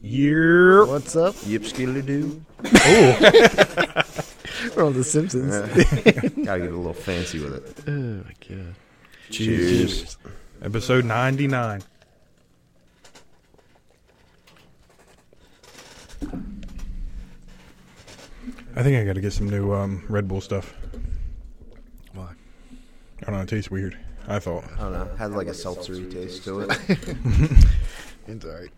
Year. What's up? Yip skiddly doo. We're on The Simpsons. Gotta get a little fancy with it. Oh my god. Cheers. Episode 99. I think I got to get some new um, Red Bull stuff. Why? I don't know. It tastes weird. I thought. I don't know. Had like a seltzery taste to it. It's alright.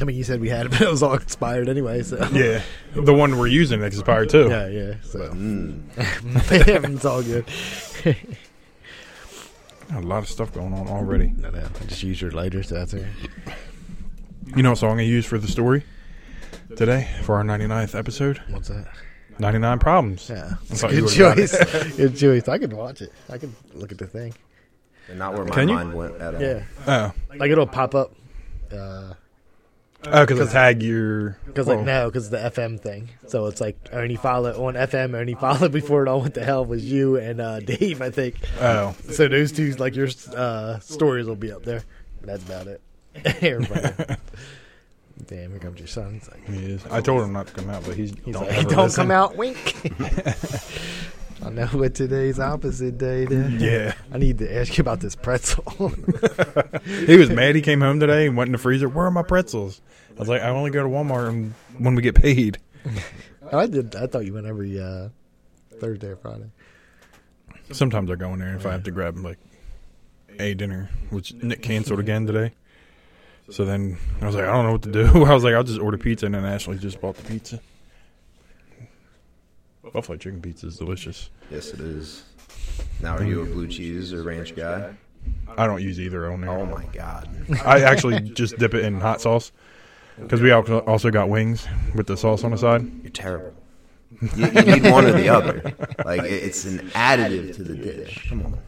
I mean, you said we had it, but it was all expired anyway. So Yeah. The one we're using that's expired too. yeah, yeah. So Mm. it's all good. A lot of stuff going on already. No, no. I just use your lighter, so that's okay. You know what song I used for the story today for our 99th episode? What's that? 99 Problems. Yeah, it's thought a Oh, you good would've got choice. good choice. I could watch it. I could look at the thing. Not where my Can you? mind went at all. Yeah, Oh. like it'll pop up. Uh, Oh, because I tag your. Because Whoa. like no, because the FM thing. So it's like only follow on FM, only follow before it all went to hell was you and uh, Dave, I think. Oh. So those two, like your uh, stories, will be up there. That's about it. Everybody. Damn, here comes your son. He's like, He is. I told him not to come out, but he's. he's don't like, ever don't listen. come out, wink. I know what today's opposite day. Is. Yeah. I need to ask you about this pretzel. He was mad. He came home today and went in the freezer. Where are my pretzels? I was like, I only go to Walmart and- when we get paid. I did. I thought you went every uh, Thursday or Friday. Sometimes I go in there if I have to grab like a dinner, which Nick canceled again today. So then I was like, I don't know what to do. I was like, I'll just order pizza, and then Ashley just bought the pizza. Buffalo chicken pizza is delicious. Yes, it is. Now, are you a blue cheese or ranch guy? I don't use either on there. Oh my god. I actually just dip it in hot sauce because we al- also got wings with the sauce on the side. You're terrible. You, you need one or the other. Like, it- it's an additive to the dish. Come on.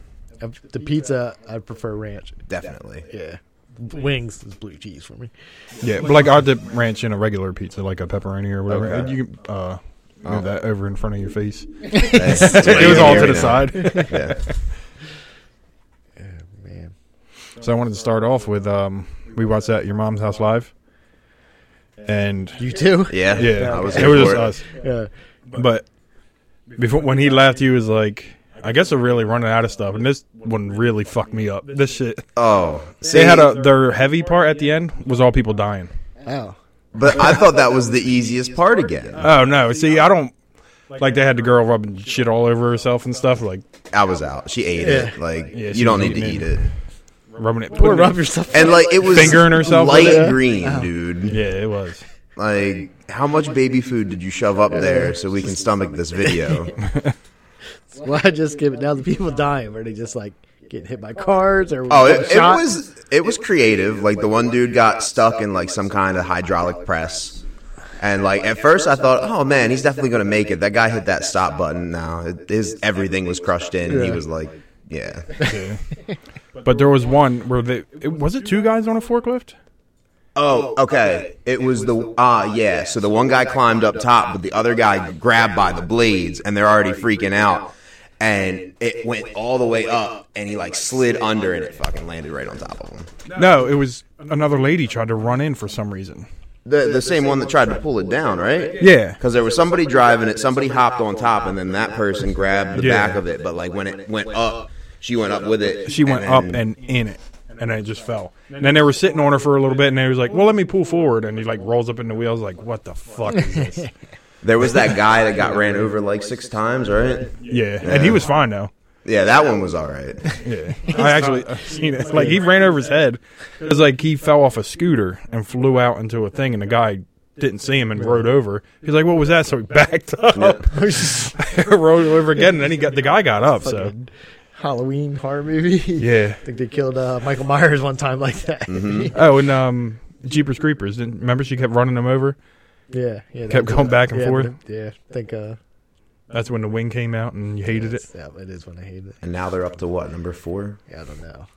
Uh, The pizza, I prefer ranch. Definitely. Yeah. Wings is blue cheese for me. Yeah, but like I dip ranch in a regular pizza, like a pepperoni or whatever. Okay. You can uh, move Oh. that over in front of your face. it It was all to the side. Yeah. Oh, Man. so I wanted to start off with um, we watched that at your mom's house live, and You too? Yeah. yeah, I was it here was for just us. Yeah. But before when he left, he was like, "I guess they're really running out of stuff," and this one really fucked me up. This shit. Oh, see, They had a their heavy part at the end was all people dying. Oh. but I thought that was the easiest part again. Oh no! See, I don't like they had the girl rubbing shit all over herself and stuff, like I was out. She ate it. Like Yeah, she you don't was need to eating eat it. it. rubbing it. Or putting it- rub yourself. And like it was Fingering herself with light it? green, dude. Yeah, it was. Like how much baby food did you shove up there so we can stomach this video? Why I just give it? Now the people dying. Were they just like getting hit by cars or Oh, it, it shot? was it was creative. Like the one dude got stuck in like some kind of hydraulic press, and like at first I thought, oh man, he's definitely gonna make it. That guy hit that stop button. Now it, his everything was crushed in, and he was like, yeah, But there was one where they it, was it two guys on a forklift? Oh, okay. It was the ah, yeah. So the one guy climbed up top, but the other guy grabbed by the blades, and they're already freaking out. And it went all the way up, and he like slid under, and it fucking landed right on top of him. No, it was another lady tried to run in for some reason. The the same one that tried to pull it down, right? Yeah. Because there was somebody driving it, somebody hopped on top, and then that person grabbed the Yeah. back of it. But like when it went up, she went up with it. She went and up then- and in it, and then it just fell. And then they were sitting on her for a little bit, and they was like, "Well, let me pull forward," and he like rolls up in the wheels, like, "What the fuck is this?" there was that guy that got ran over like six times, right? Yeah, and he was fine though. Yeah, that one was all right. Yeah, I actually I've seen it. Like he ran over his head. It was like he fell off a scooter and flew out into a thing, and the guy didn't see him and rode over. He's like, "What was that?" So he backed up, rode over again, and then he got the guy got up. So Fucking Halloween horror movie. yeah. I think they killed uh, Michael Myers one time like that. Mm-hmm. Oh, and um, Jeepers Creepers. Didn't, remember she kept running him over. yeah. Yeah. that Kept was- going back and yeah, forth. Yeah. I think. Uh, That's when the wing came out, and you hated it. that's- Yeah, it is when I hate it. And now they're up to what number four? Yeah, I don't know.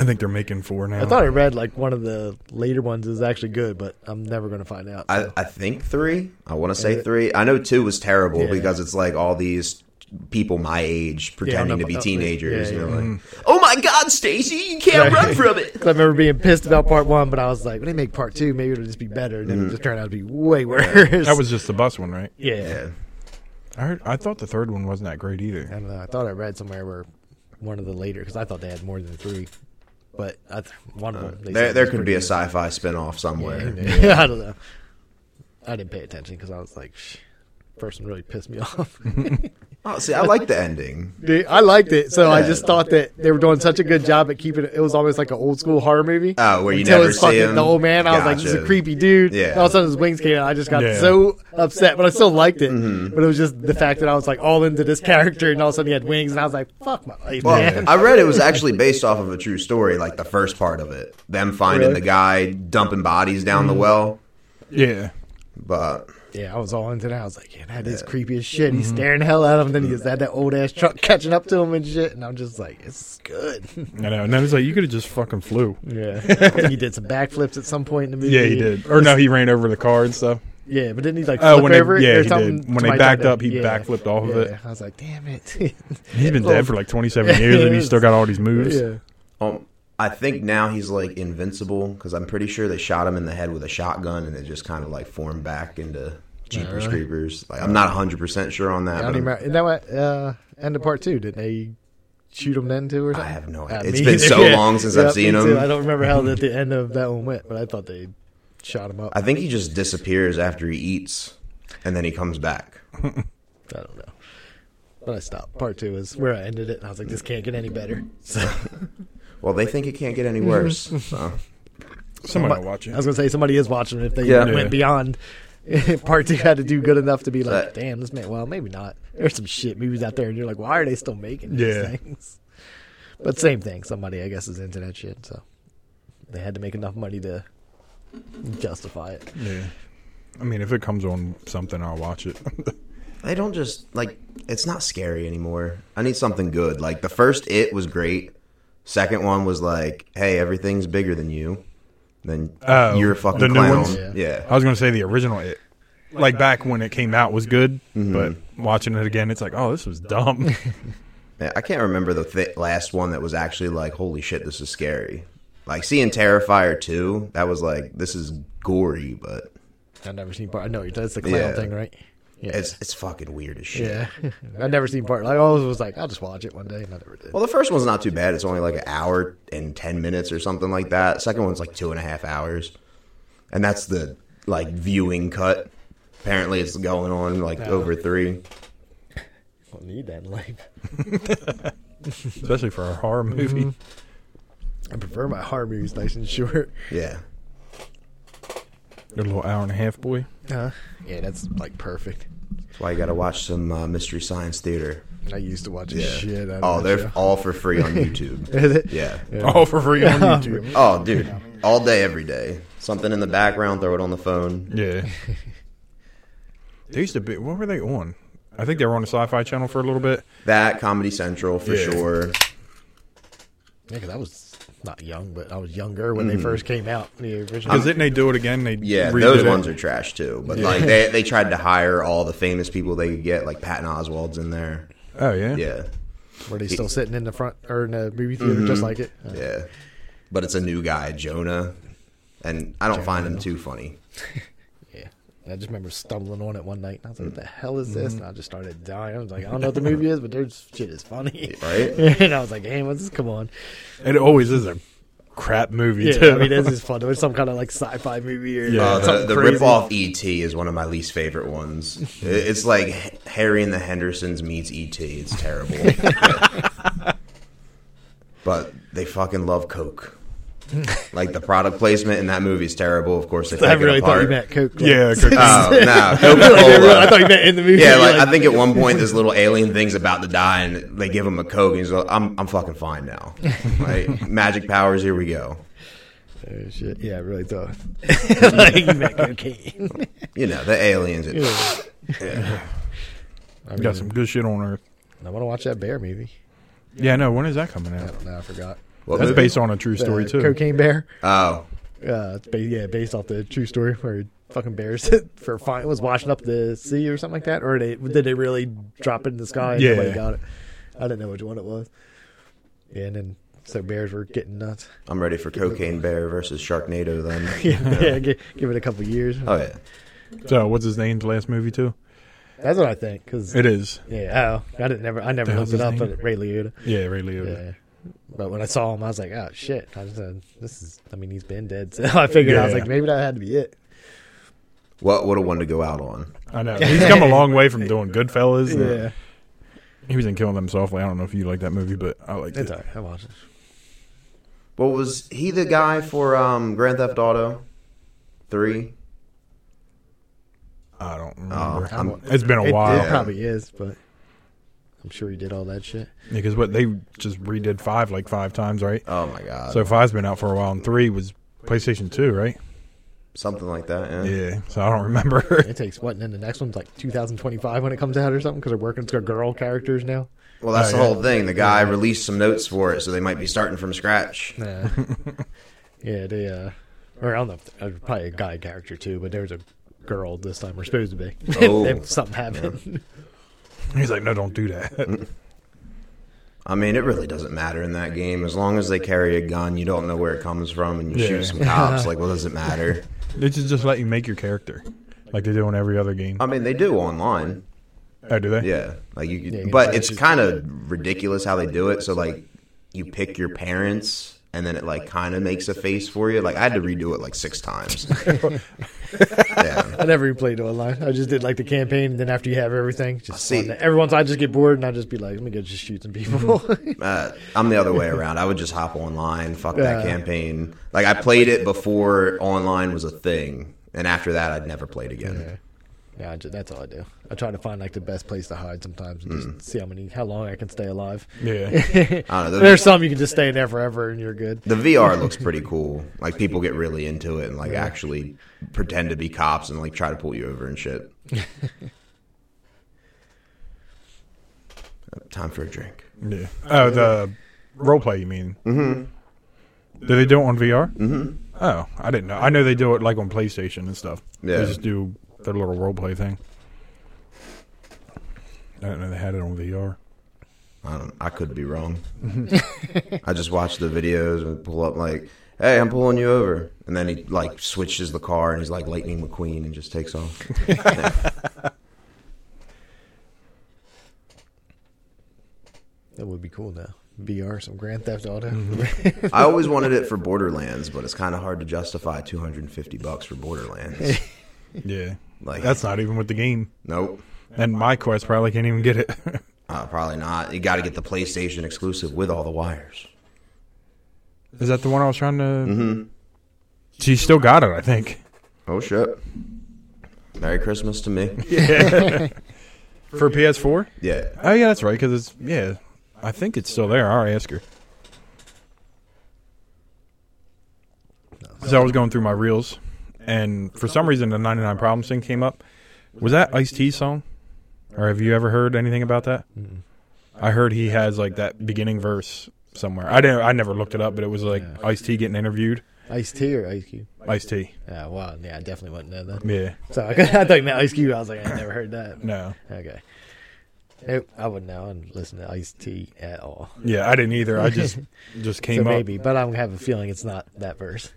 I think they're making four Uh-huh. now. I thought I read like one of the later ones is actually good, but I'm never going to find out. I, I think three. I want to say three. I know two was terrible Yeah. because it's like all these people my age pretending know to be about that. Yeah, teenagers. yeah. Mm. you know, like, oh my God, Stacy, you can't Right. run from it. 'Cause I remember being pissed about part one, but I was like, when they make part two, maybe it'll just be better. And then Mm-hmm. it just turned out to be way worse. That was just the bus one, right? yeah. Yeah. I heard, I thought the third one wasn't that great either. I don't know. I thought I read somewhere where one of the later because I thought they had more than three, but I th- one of them. they Uh, There, said there was could be a pretty sci-fi spinoff somewhere. good. Yeah, I don't know. I didn't pay attention because I was like, Shh, first one really pissed me off. Oh, see, I like the ending. Dude, I liked it, so I just thought that they were doing such a good job at keeping it. It was almost like an old school horror movie. Oh, where you Until never it's see fucking him? the old man. I was like, this is a Gotcha. creepy dude. Yeah. And all of a sudden his wings came out. I just got Yeah. so upset, but I still liked it. Mm-hmm. But it was just the fact that I was like all into this character, and all of a sudden he had wings, and I was like, fuck my life, Well, man. I read it was actually based off of a true story, like the first part of it. Them finding Really? Mm. the guy dumping bodies down the well. Yeah. But Yeah, I was all into that. I was like, yeah, that is creepy as shit. He's Mm-hmm. staring the hell at him. Then he just Mm-hmm. had that old ass truck catching up to him and shit. And I'm just like, it's good. I know. And then it's like, you could have just fucking flew. Yeah. I think he did some backflips at some point in the movie. Yeah, he did. Or no, he ran over the car and stuff. Yeah, but didn't he like Oh, flip when they- over it yeah, or he something? did. When they Somebody backed tried up, he backflipped off of Yeah, it. I was like, damn it. He's been dead for like 27 Yeah, years and he's it still got all these moves. yeah. um, I think now he's like invincible because I'm pretty sure they shot him in the head with a shotgun and it just kind of like formed back into Jeepers Creepers. Like I'm not 100 percent sure on I that. don't But even I'm- remember. And that went, uh, end of part two. Didn't they shoot him then too or something? I have no Uh, idea. It's me been either. so Yeah. long since Yeah, I've seen me him. too. I don't remember how that the end of that one went, but I thought they shot him up. I think he just disappears after he eats, and then he comes back. I don't know. But I stopped. Part two is where I ended it, and I was like, this can't get any better. So Well, they think it can't get Mm-hmm. any worse. So. Somebody will watch it. I was gonna say somebody is watching it if they Yeah. Yeah. went beyond. part two had to do good enough to be like, But- damn, this man. Well, maybe not. There's some shit movies out there, and you're like, why are they still making Yeah. these things? But same thing. Somebody, I guess, is into that shit, so they had to make enough money to justify it. Yeah. I mean, if it comes on something, I'll watch it. They don't just like it's not scary anymore. I need something good. Like the first it was great. Second one was like, hey, everything's bigger than you. Then Oh, you're a fucking the new clown. ones? Yeah. Yeah. I was going to say the original it. Like back when it came out was good, Mm-hmm. but watching it again, it's like, oh, this was dumb. Yeah, I can't remember the th- last one that was actually like, holy shit, this is scary. Like seeing Terrifier 2, that was like, this is gory, but I've never seen part. I know you're. That's the clown Yeah. thing, right? Yeah. it's it's fucking weird as shit. yeah, I've never seen part. I always was like, I'll just watch it one day, and I never did. Well, the first one's not too bad. It's only like an hour and ten minutes or something like that. Second one's like two and a half hours, and that's the like viewing cut. Apparently, it's going on like over three. don't need that in life. especially for a horror movie. I prefer my horror movies nice and short. Yeah, Good little hour and a half, boy. Uh, yeah, that's like perfect. that's why you got to watch some uh, Mystery Science Theater. I used to watch Yeah. shit. Out oh, of they're that show. all for free on YouTube. Is it? yeah. All Oh, for free on YouTube. Oh, dude, all day, every day. Something in the background. Throw it on the phone. yeah. They used to be. What were they on? I think they were on the Sci-Fi Channel for a little bit. That Comedy Central for Yeah. sure. Yeah, 'cause I was not young, but I was younger when they first came out. The original. Because didn't they do it again? They Yeah, redid those it. ones are trash too. But like they they tried to hire all the famous people they could get, like Patton Oswald's in there. Oh yeah. Yeah, Were they still sitting in the front or in the movie theater just like it? Uh, yeah. But it's a new guy, Jonah, and I don't find him too funny. yeah. And I just remember stumbling on it one night, and I was like, "What the hell is this?" And I just started dying. I was like, "I don't know what the movie is, but their shit is funny." Right? and I was like, "Hey, what's this? Come on!" It always is a crap movie Yeah, too. I mean, this is fun. It was some kind of like sci-fi movie or Yeah. Uh, something the the crazy. ripoff ET is one of my least favorite ones. It- It's like H- Harry and the Hendersons meets ET. It's terrible. but they fucking love Coke. Like the product placement in that movie is terrible. Of course, they I take really it thought apart. you meant Coke. like- Ah. yeah. good- Oh no, Coca-Cola. I thought you meant in the movie. Yeah, You're like, I think at one point this little alien thing's about to die, and they give him a coke, and he's like, "I'm I'm fucking fine now. Like, magic powers, here we go." Oh, shit. Yeah, I really thought. like, you meant cocaine. You know, the aliens. It, I, got some good shit on Earth. want to watch that bear movie. Yeah. No. When is that coming I out? don't know. I forgot. what That's movie? based on a true The story too. Cocaine Bear. Oh, Uh, it's ba- yeah, based off the true story where fucking bears for fine was washing up the sea or something like that. Or they did they really drop it in the sky? and Yeah. nobody got it. I didn't know which one it was. Yeah, and then so bears were getting nuts. I'm ready for Cocaine Bear versus Sharknado then. yeah, give, give it a couple years. Oh yeah. So what's his name's last movie too? That's what I think. Cause It is. yeah, oh, I didn't never I never The looked hell's it up, his name? but Ray Liotta. Yeah, Ray Liotta. Yeah. But when I saw him, I was like, oh shit! I just said, this is. I mean, he's been dead. So I figured I was Yeah. like, maybe that had to be it. What what a one to go out on. I know. He's come a long way from doing Goodfellas. and- Yeah, He was in Killing Them Softly. I don't know if you like that movie, but I like it. it's all right. I watched it. What was he the guy for um, Grand Theft Auto? Three. I don't remember. I'm- I'm- it's been a It, while. it probably is, but I'm sure he did all that shit. Because what they just redid five like five times, right? Oh my god. So five's been out for a while, and three was PlayStation Two, right? Something like that. Yeah. Yeah. So I don't remember. It takes what, and then the next one's like 2025 when it comes out or something because they're working. It's got girl characters now. Well, that's Oh, the yeah. whole thing. The guy released some notes for it, so they might be starting from scratch. Nah. yeah, they uh, or I don't know, if uh, probably a guy character too, but there's a girl this time. We're supposed to be. Oh. if something happened. He's like, no, don't do that. I mean, it really doesn't matter in that game as long as they carry a gun. You don't know where it comes from, and you Yeah. shoot some cops. like, what does it matter? they should just let you make your character, like they do in every other game. I mean, they do online. oh, do they? Um, Yeah, like you. Could, Yeah, you but can it's kind of ridiculous how they do it. So like, you pick your parents, and then it like kind of makes a face for you. Like I had to redo it like six times. yeah. I never replayed online. I just did like the campaign, and then after you have everything, just see. see. Everyone's, I just get bored, and I just be like, let me go just shoot some people. Uh, I'm the other way around. I would just hop online. Fuck Yeah. that campaign. Like I played it before online was a thing, and after that, I'd never played again. yeah, I ju- that's all I do. I try to find like the best place to hide sometimes, and just see how many, how long I can stay alive. Yeah. I don't know. There's some you can just stay in there forever, and you're good. The VR looks pretty cool. Like people get really into it and like actually pretend to be cops and like try to pull you over and shit. Time for a drink. Yeah. Oh, the role play, you mean? Mm-hmm. Do they do it on VR? Mm-hmm. Oh, I didn't know. I know they do it like on PlayStation and stuff. Yeah. They just do their little role play thing. I didn't know they had it on VR. I don't. I could be wrong. I just watch the videos and pull up like, "Hey, I'm pulling you over," and then he like switches the car and he's like Lightning McQueen and just takes off. That would be cool now. VR, some Grand Theft Auto. I always wanted it for Borderlands, but it's kind of hard to justify 250 bucks for Borderlands. Yeah. Like- that's not even with the game. Nope. And my quest probably can't even get it. Uh, probably not. You got to get the PlayStation exclusive with all the wires. Is that the one I was trying to? Mm-hmm. She still got it, I think. Oh shit! Merry Christmas to me. For PS4? Yeah, Oh yeah, that's right. Because it's yeah, I think it's still there. I'll ask her. So I was going through my reels, and for some reason the 99 Problems thing came up. Was that Ice T song, or have you ever heard anything about that? I heard he has like that beginning verse somewhere. I didn't. I never looked it up, but it was like Yeah. Ice T getting interviewed. Ice T or Ice Cube? Ice T. Yeah, wow. Yeah, I definitely wouldn't know that. Yeah. So I, I thought you meant Ice Cube. I was like, I never heard that. No. Okay. Nope, I wouldn't know and listen to Ice T at all. Yeah, I didn't either. I just just came So up. maybe, but I have a feeling it's not that verse.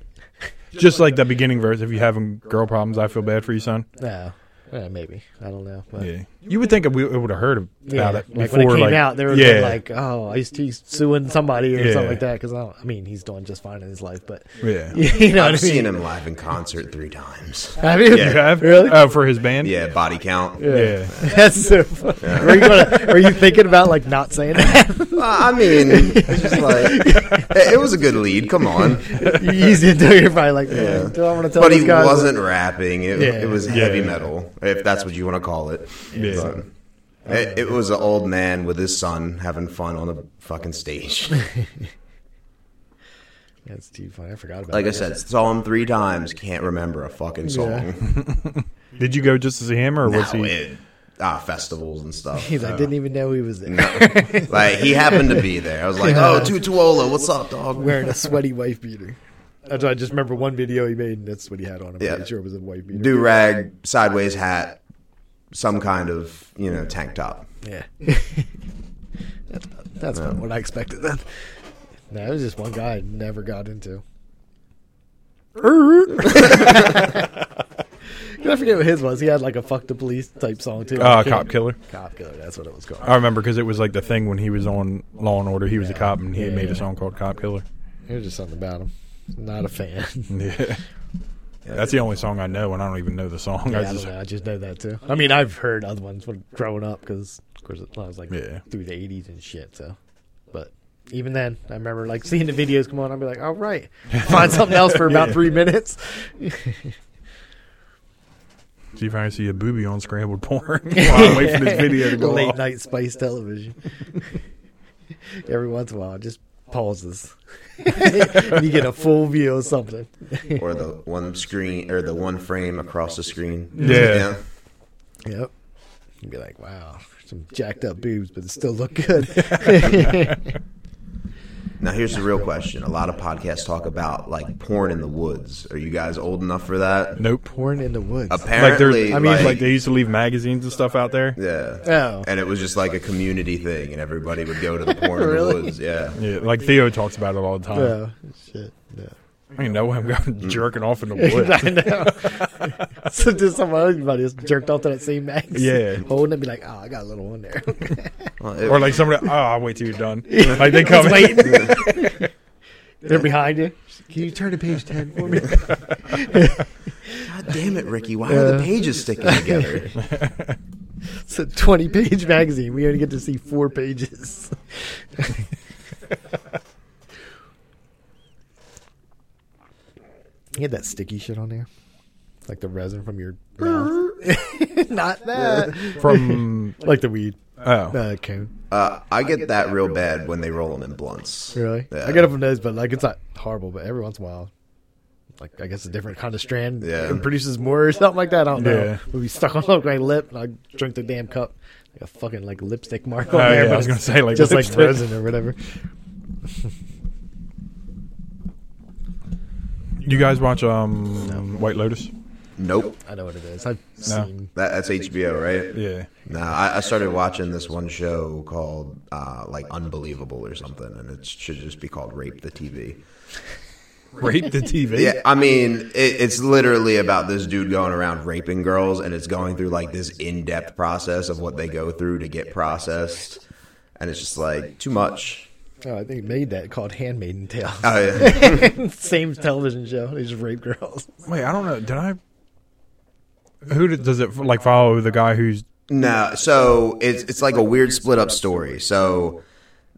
Just like the beginning verse. If you having girl problems, I feel bad for you, son. No, yeah, maybe I don't know. But Yeah, you would think we it would have heard about Yeah, it like before, when it came like out, they were yeah, like, "Oh, Ice T suing somebody or Yeah. something like that." Because I, don't- I mean, he's doing just fine in his life, but yeah. you know I've what I mean. seen him live in concert three times. Have you? You have? Really? Oh, for his band? Yeah, body count. yeah. That's so funny. Are, you gonna, are you thinking about like not saying that? Well, Uh, I mean, it's just like it it was a good lead. Come on, you used it until you're probably like, yeah. "Do I want to tell but these he guys that- wasn't rapping. It, Yeah. it was Yeah. heavy metal, if that's what you want to call it. Yeah. But It, it was an old man with his son having fun on the fucking stage. That's too funny. I forgot about. Like I that. said, saw him three times. Can't remember a fucking song. Did you go just to see him, or was Now he? it- ah, festivals and stuff. He's like, I didn't even know he was there. Like he happened to be there. I was like, "Oh, Tutuola, what's up, dog?" wearing a sweaty wife beater. That's why I just remember one video he made, and that's what he had on him. Yeah. Yeah. I'm sure it was a white beater. do rag, sideways hat, some kind of you know tank top. Yeah. that's not, that's not what I expected then. No, it was just one guy I never got into. 'Cause I forget what his was. He had like a fuck the police type song too. Uh, cop killer. Cop Killer, that's what it was called. I remember because it was like the thing when he was on Law and Order. He was a cop and he had Yeah, made yeah. a song called Cop Killer. It was just something about him. Not a fan. Yeah. That's the only song I know, and I don't even know the song. Yeah, I I, just don't know. I just know that too. I mean, I've heard other ones when growing up because, of course, I was like Yeah. through the '80s and shit. So, but even then, I remember like seeing the videos come on. I'd be like, "All right, find something else for about three minutes." see if I see a booby on scrambled porn. while I wait for this video to go Late off. night spice television. Every once in a while, it just pauses. and you get a full view of something. or the one screen or the one frame across the screen. Yeah. Yep. You'd be like, "Wow, some jacked up boobs, but it still look good." Now here's the real question. A lot of podcasts talk about like porn in the woods. Are you guys old enough for that? Nope. Porn in the woods. Like there, Apparently, I mean, like, they used to leave magazines and stuff out there. yeah. Oh. And it was just like a community thing, and everybody would go to the porn Really? in the woods. Yeah. Yeah, like Theo talks about it all the time. Oh shit! No. I mean, no, I'm going jerking off in the woods. I know. so just somebody buddy just jerked off to that same max. Yeah. Holding it, be like, oh, I got a little one there. Well, it- or like somebody, oh, I'll wait till you're done. Like they come in. They're behind you. Can you turn to page 10 for me? God damn it, Ricky! Why are the pages sticking together? It's a 20 page magazine. We only get to see four pages. you had that sticky shit on there? Like the resin from your mouth. Not that. from Like the weed oh uh, cone. Uh, I get that real bad when they roll them in blunts. Really? Yeah. I get it from those, but like it's not horrible. But every once in a while, like I guess a different kind of strand Yeah. it produces more or something like that. I don't Yeah. know. Would be stuck on my lip, and I drink the damn cup like a fucking like lipstick mark on Oh, there. yeah, I but was it's gonna say, like, just like lipstick. resin or whatever. you guys watch um White Lotus? Nope. I know what it is. I've seen. That, that's HBO, right? Yeah, No, I, I started watching this one show called uh, like Unbelievable or something, and it should just be called Rape the TV. rape the TV. Yeah, I mean, it, it's literally about this dude going around raping girls, and it's going through like this in-depth process of what they go through to get processed, and it's just like too much. Oh, I think it made that called Handmaiden Tale. Oh, yeah. Same television show. They just rape girls. Wait, I don't know. Did I? Who did, does it like follow? The guy who's no, so it's it's like a weird split-up story. So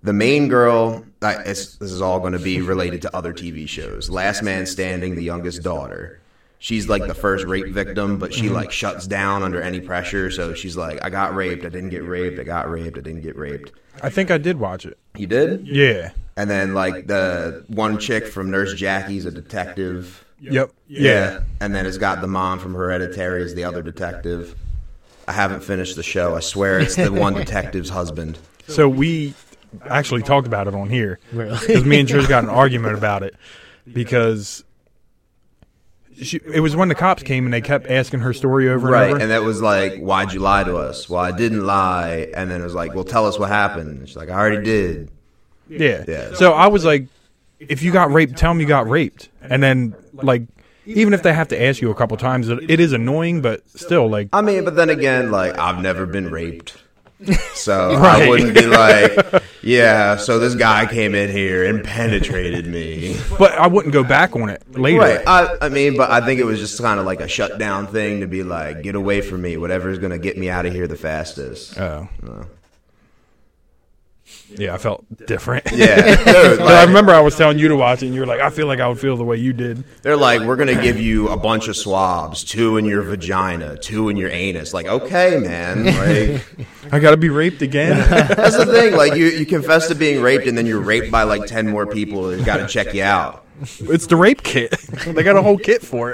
the main girl, I, it's, this is all going to be related to other TV shows. Last Man Standing, the youngest daughter. She's like the first rape victim, but she like shuts down under any pressure. So she's like, I got raped. I didn't get raped. I got raped. I didn't get raped. I think I did watch it. You did? Yeah. And then like the one chick from Nurse Jackie's a detective. Yep. Yeah. And then it's got the mom from Hereditary as the other detective. I haven't finished the show. I swear it's the one detective's husband. So we actually talked about it on here because Really? me and Trish got in an argument about it because she, it was when the cops came and they kept asking her story over Right. and And over. that was like, why'd you lie to us? Well, I didn't lie. And then it was like, well, tell us what happened. And she's like, I already did. yeah. Yeah. So I was like, if you got raped, tell me you got raped, and then like. Even if they have to ask you a couple times, it it is annoying, but still, like, I mean, but then again, like, I've never been raped. So I Right. wouldn't be like, yeah, so this guy came in here and penetrated me. but I wouldn't go back on it later. Right. I, I mean, but I think it was just kind of like a shutdown thing to be like, get away from me. Whatever's going to get me out of here the fastest. Oh. Yeah, I felt different. Yeah. Dude, But I like, remember I was telling you to watch it, and you were like, I feel like I would feel the way you did. they're like, we're going to give you a bunch of swabs two in your vagina, two in your anus. Like, okay, man. Like, I got to be raped again. that's the thing. Like, you, you confess to being raped and then you're raped by like 10 more people who got to check you out. it's the rape kit. they got a whole kit for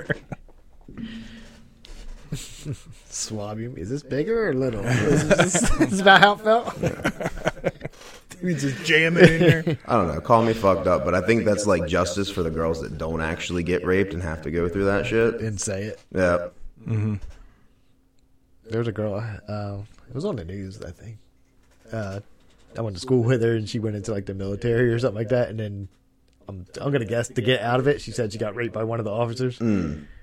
it. Swab you. Is this bigger or little? Is this, is this about how it felt? We just jam it in there. I don't know. Call me fucked up, but I think that's like justice for the girls that don't actually get raped and have to go through that shit. and say it. Yeah. There was a girl. Uh, it was on the news, I think. Uh, I went to school with her, and she went into like the military or something like that. And then I'm I'm gonna guess to get out of it, she said she got raped by one of the officers.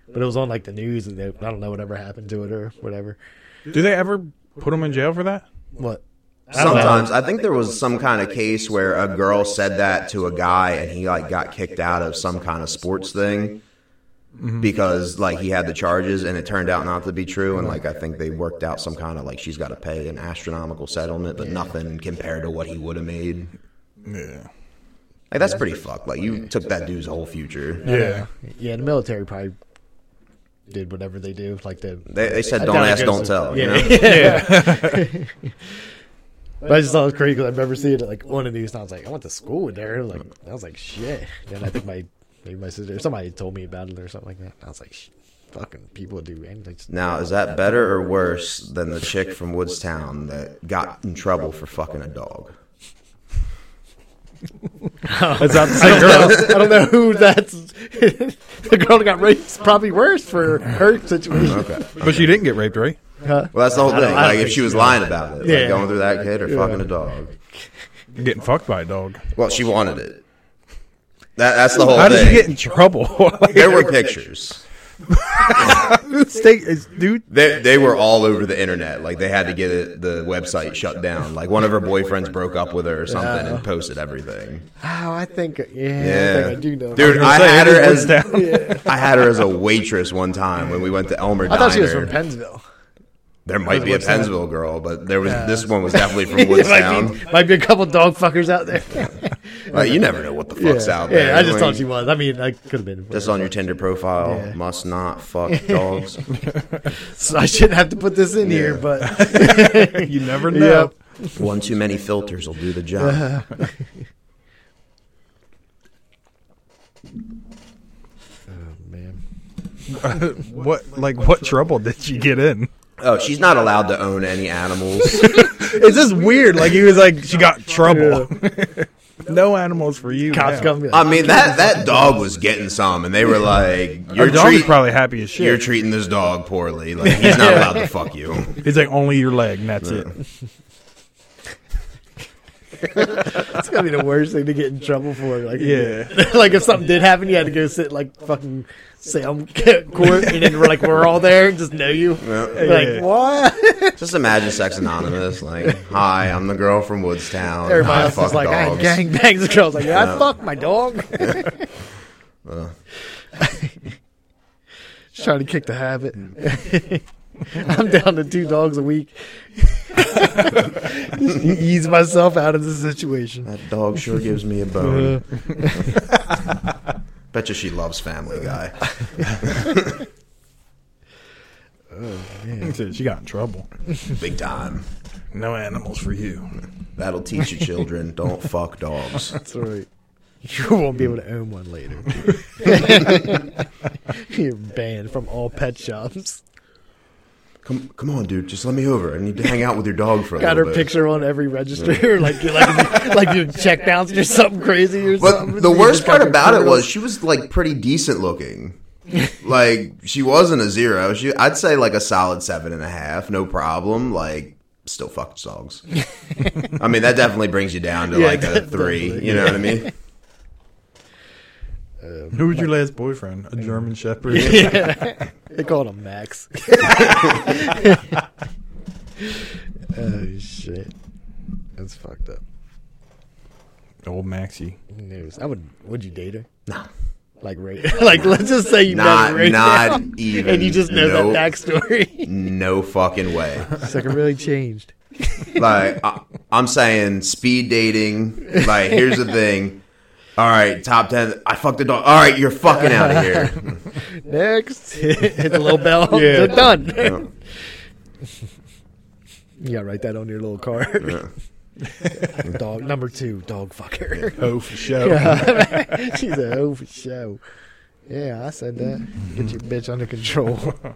But it was on like the news, and they, I don't know whatever happened to it or whatever. Do they ever put them in jail for that? What? don't know. Sometimes I think there was some kind of case where a girl said that to a guy and he like got kicked out of some kind of sports thing because like he had the charges and it turned out not to be true and like I think they worked out some kind of like she's got to pay an astronomical settlement but nothing compared to what he would have made. Yeah. Like that's pretty fucked. Like you took that dude's whole future. Yeah. Yeah, the military probably did whatever they do, like the They, they said don't ask, don't tell. You Yeah, know? yeah. but I just thought it was crazy because I remember seeing it like one of these, and I was like, I went to school with her. Like I was like, shit. Then I think my maybe my sister, somebody told me about it or something like that. And I was like, "Sh- fucking people do anything. Now is that better or worse than the chick from Woodstown that got in trouble for fucking a dog? That's not the same girl. I don't know who that's. the girl that got raped is probably worse for her situation. Okay. But she didn't get raped, right? Huh? Well, that's the whole I don't- thing. I don't Like, if think she was so. lying about it, Yeah. like going through that kid or fucking a dog. Getting fucked by a dog. Well, she wanted it. That, that's the whole How did thing. you get in trouble? Like, there were pictures. this thing is- dude. They, they were all over the internet. Like, they had to get it, the website shut down. Like, one of her boyfriends broke up with her or something and posted everything. Oh, I think yeah, I Yeah. think I do know. Dude, I I say, had it her was as down. I had her as a waitress one time when we went to Elmer I Diner. thought she was from Pennsville. there might be a What's that? Pennsville girl, but there was this one was definitely from There might Woodstown. be, might be a couple dog fuckers out there. Like, you never know what the fuck's yeah, out there. yeah, I just Like- thought she was. I mean, I could have been. Just on your Tinder profile, Yeah. must not fuck dogs. So I shouldn't have to put this in here, Yeah. but You never know. One too many filters will do the job. man, What like what trouble did she get in? Oh, she's not allowed to own any animals. It's just weird. Like he was like she got trouble. no animals for you. cops now. come. be like, I mean that that dog was getting some, and they were like, Your "You're dog is treating probably happy as you're shit. treating this dog poorly. Like he's not allowed to fuck you." He's like only your leg, and that's it. It's gonna be the worst thing to get in trouble for. Like, Yeah. like if something did happen, you had to go sit like fucking Sam court, and then we're like, we're all there, just know you. Like Yeah. what? Just imagine Sex Anonymous, like, "Hi, I'm the girl from Woodstown. Everybody I else fuck is like, dogs. I gang bangs the girls. Like, I fuck my dog. Just trying to kick the habit. I'm down to two dogs a week. Ease myself out of the situation. That dog sure gives me a bone. Betcha she loves Family Guy. She got in trouble. Big time. No animals for you. That'll teach your children don't fuck dogs. That's right. You won't be able to own one later. You're banned from all pet shops. Come, come on, dude. Just let me over. I need to hang out with your dog for a Got her little bit. picture on every register, like you're like like you're check bouncing or something crazy or something. But the You worst just got part your about it picture was on- she was like pretty decent looking. like she wasn't a zero. She, I'd say like a solid seven and a half, no problem. Like still fucks dogs. I mean, that definitely brings you down to Yeah, like a that three. definitely. You know what I mean? Who was your last boyfriend? A German Shepherd. Yeah. they called him Max. oh shit, that's fucked up. Old Maxie. News. I would. Would you date her? No. Like right? Like let's just say you met Not, her right not now, even. and you just know nope. that backstory. No fucking way. it's like it really changed. like I, I'm saying speed dating. Like here's the thing. All right, top ten. I fucked the dog. All right, you're fucking out of here. Next, hit the little bell. Yeah. They're done. Yeah, write that on your little card. dog number two, dog fucker. Oh, for sure. She's a hoe for show. Yeah, I said that. Get your bitch under control.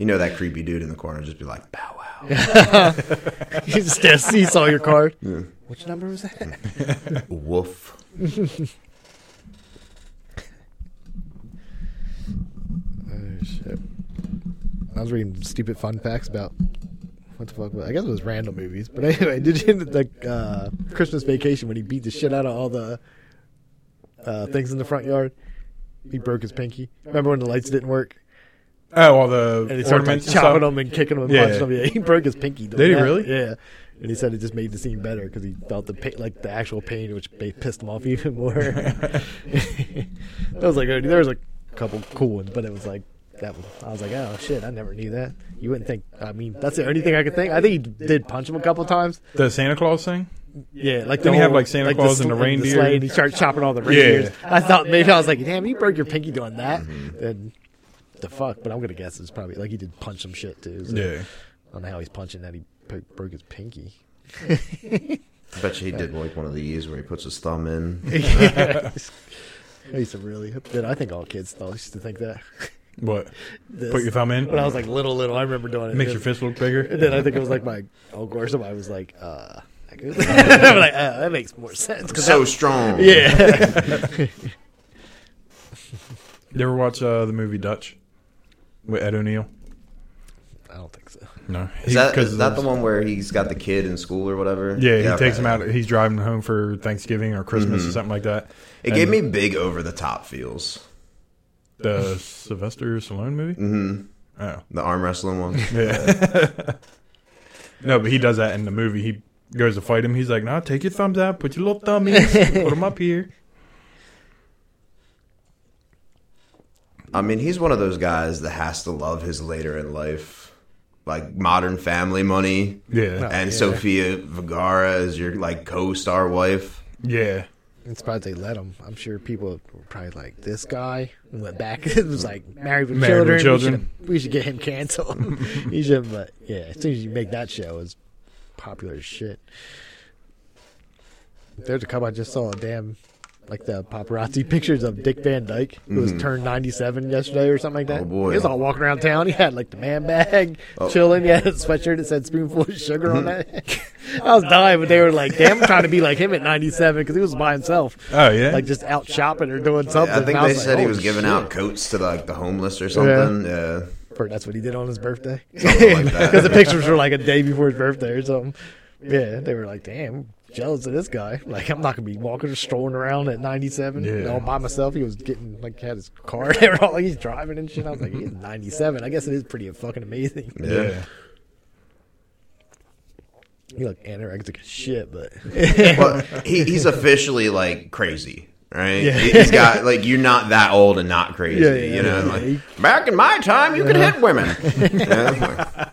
You know that creepy dude in the corner just be like bow wow. you just uh, see saw your card. Which number was that? Woof. Oh, shit. I was reading stupid fun facts about what the fuck. was- I guess it was random movies, but anyway, did you like uh, Christmas Vacation when he beat the shit out of all the uh, things in the front yard? He broke his pinky. Remember when the lights didn't work Oh, all the and he started like, ornaments and chopping stuff? them and kicking them and Yeah, punching yeah. them? Yeah, he broke his pinky. doing Did he that. really? Yeah. And he said it just made the scene better because he felt the pain, like the actual pain, which ba- pissed him off even more. that was like there was a couple cool ones, but it was like that. Was, I was like, oh shit, I never knew that. You wouldn't think. I mean, that's the only thing I could think. I think he did punch him a couple times. The Santa Claus thing? Yeah, like Didn't the he have, whole- like, Santa Claus and the sl- reindeer? sleigh, and he started chopping all the reindeers. I thought maybe I was like, damn, you broke your pinky doing that. Mm-hmm. Then the fuck, but I'm gonna guess it's probably like he did punch some shit too. so- Yeah. I don't know how he's punching that. He po- broke his pinky. I bet you he did like one of these where he puts his thumb in. I used to really. Did I think all kids thought used to think that? What? This. Put your thumb in? when I was like little, little, I remember doing it. Makes your fist look bigger? And then I think it was like my uncle or somebody was like, uh, I could- I'm like, uh, that makes more sense. 'cause So that- strong. yeah. You ever watch uh, the movie Dutch with Ed O'Neill? I don't think so. No. Is that, because is that of- the one where he's got the kid in school or whatever? Yeah, he takes okay. Mm-hmm. him out. He's driving home for Thanksgiving or Christmas or something like that. It gave me big over the top feels. the Sylvester Stallone movie. Mm. Mm-hmm. Oh, The arm wrestling one. yeah. no, but he does that in the movie. He goes to fight him. He's like, "Nah, take your thumbs out. Put your little thumb in. put them up here." I mean, he's one of those guys that has to love his later in life, like Modern Family money, Yeah, and yeah. Sophia Vergara is your like co-star wife. yeah. It's probably they let him. I'm sure people were probably like, this guy went back. it was like married with Married with children. We Children. should- We, should, get him canceled. he should, but yeah, as soon as you make that show, it's popular as shit. There's a couple I just saw. Damn, like the paparazzi pictures of Dick Van Dyke, who was Mm-hmm. turned 97 yesterday or something like that. Oh, boy. he was all walking around town. He had like the man bag, Oh. chilling. He had a sweatshirt that said "spoonful of sugar" on Mm-hmm. it. I was dying, but they were like, "Damn, I'm trying to be like him at 97 because he was by himself." Oh yeah. like just out shopping or doing something. I think And they was said like, he "Oh, was giving shit." out coats to like the homeless or something. Yeah, Or that's what he did on his birthday. Something like that. Because the pictures were like a day before his birthday or something. Yeah, they were like, "Damn, jealous of this guy." Like, I'm not gonna be walking or strolling around at 97 Yeah. all by myself. He was getting like had his car. They were all like, he's driving and shit. I was like, he's 97. I guess it is pretty fucking amazing. yeah. yeah. He looked anorexic as shit, but But he, he's officially like crazy. Right, Yeah. He- he's got like you're not that old and not crazy. Yeah, yeah, you know, yeah. like back in my time, you could hit women. Yeah.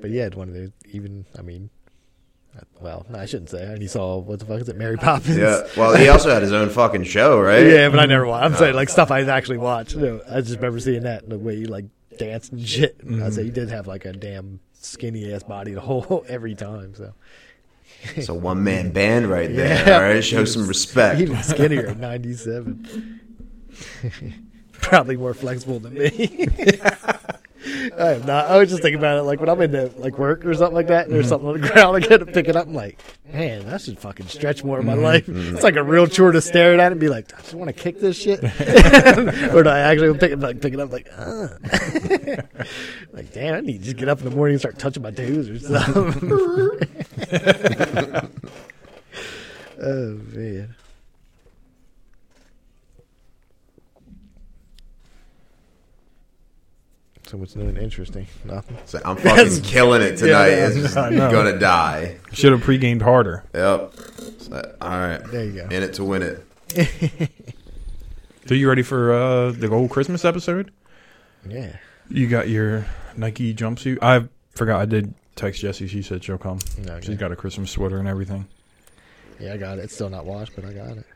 But yeah, one of the even. I mean, uh, well, no, I shouldn't say. And he saw what the fuck is it, Mary Poppins? Yeah. Well, he also had his own fucking show, right? Yeah, but I never watched. I'm saying like stuff I actually watched. You know, I just remember seeing that and the way you like danced and shit. Mm-hmm. I say he did have like a damn skinny ass body the whole every time. So It's a one man band right there. Yeah. All right. Show some respect. even skinnier at 97. Probably more flexible than me. I am not. I was just thinking about it, like when I'm in the like work or something like that, and there's something on the ground, I get to pick it up. I'm like, man, I should fucking stretch more in my life. It's like a real chore to stare at it and be like, I just want to kick this shit, or do I actually pick it like pick it up like, uh. like damn, I need to just get up in the morning and start touching my toes or something. oh man. So what's new and interesting? Nothing. So I'm fucking killing it tonight. Yeah, it's just I know. gonna die. Should have pre-gamed harder. Yep. So, all right. There you go. In it to win it. So you ready for uh, the whole Christmas episode? Yeah. You got your Nike jumpsuit. I forgot. I did text Jessie. She said she'll come. Okay. She's got a Christmas sweater and everything. Yeah, I got it. It's still not washed, but I got it.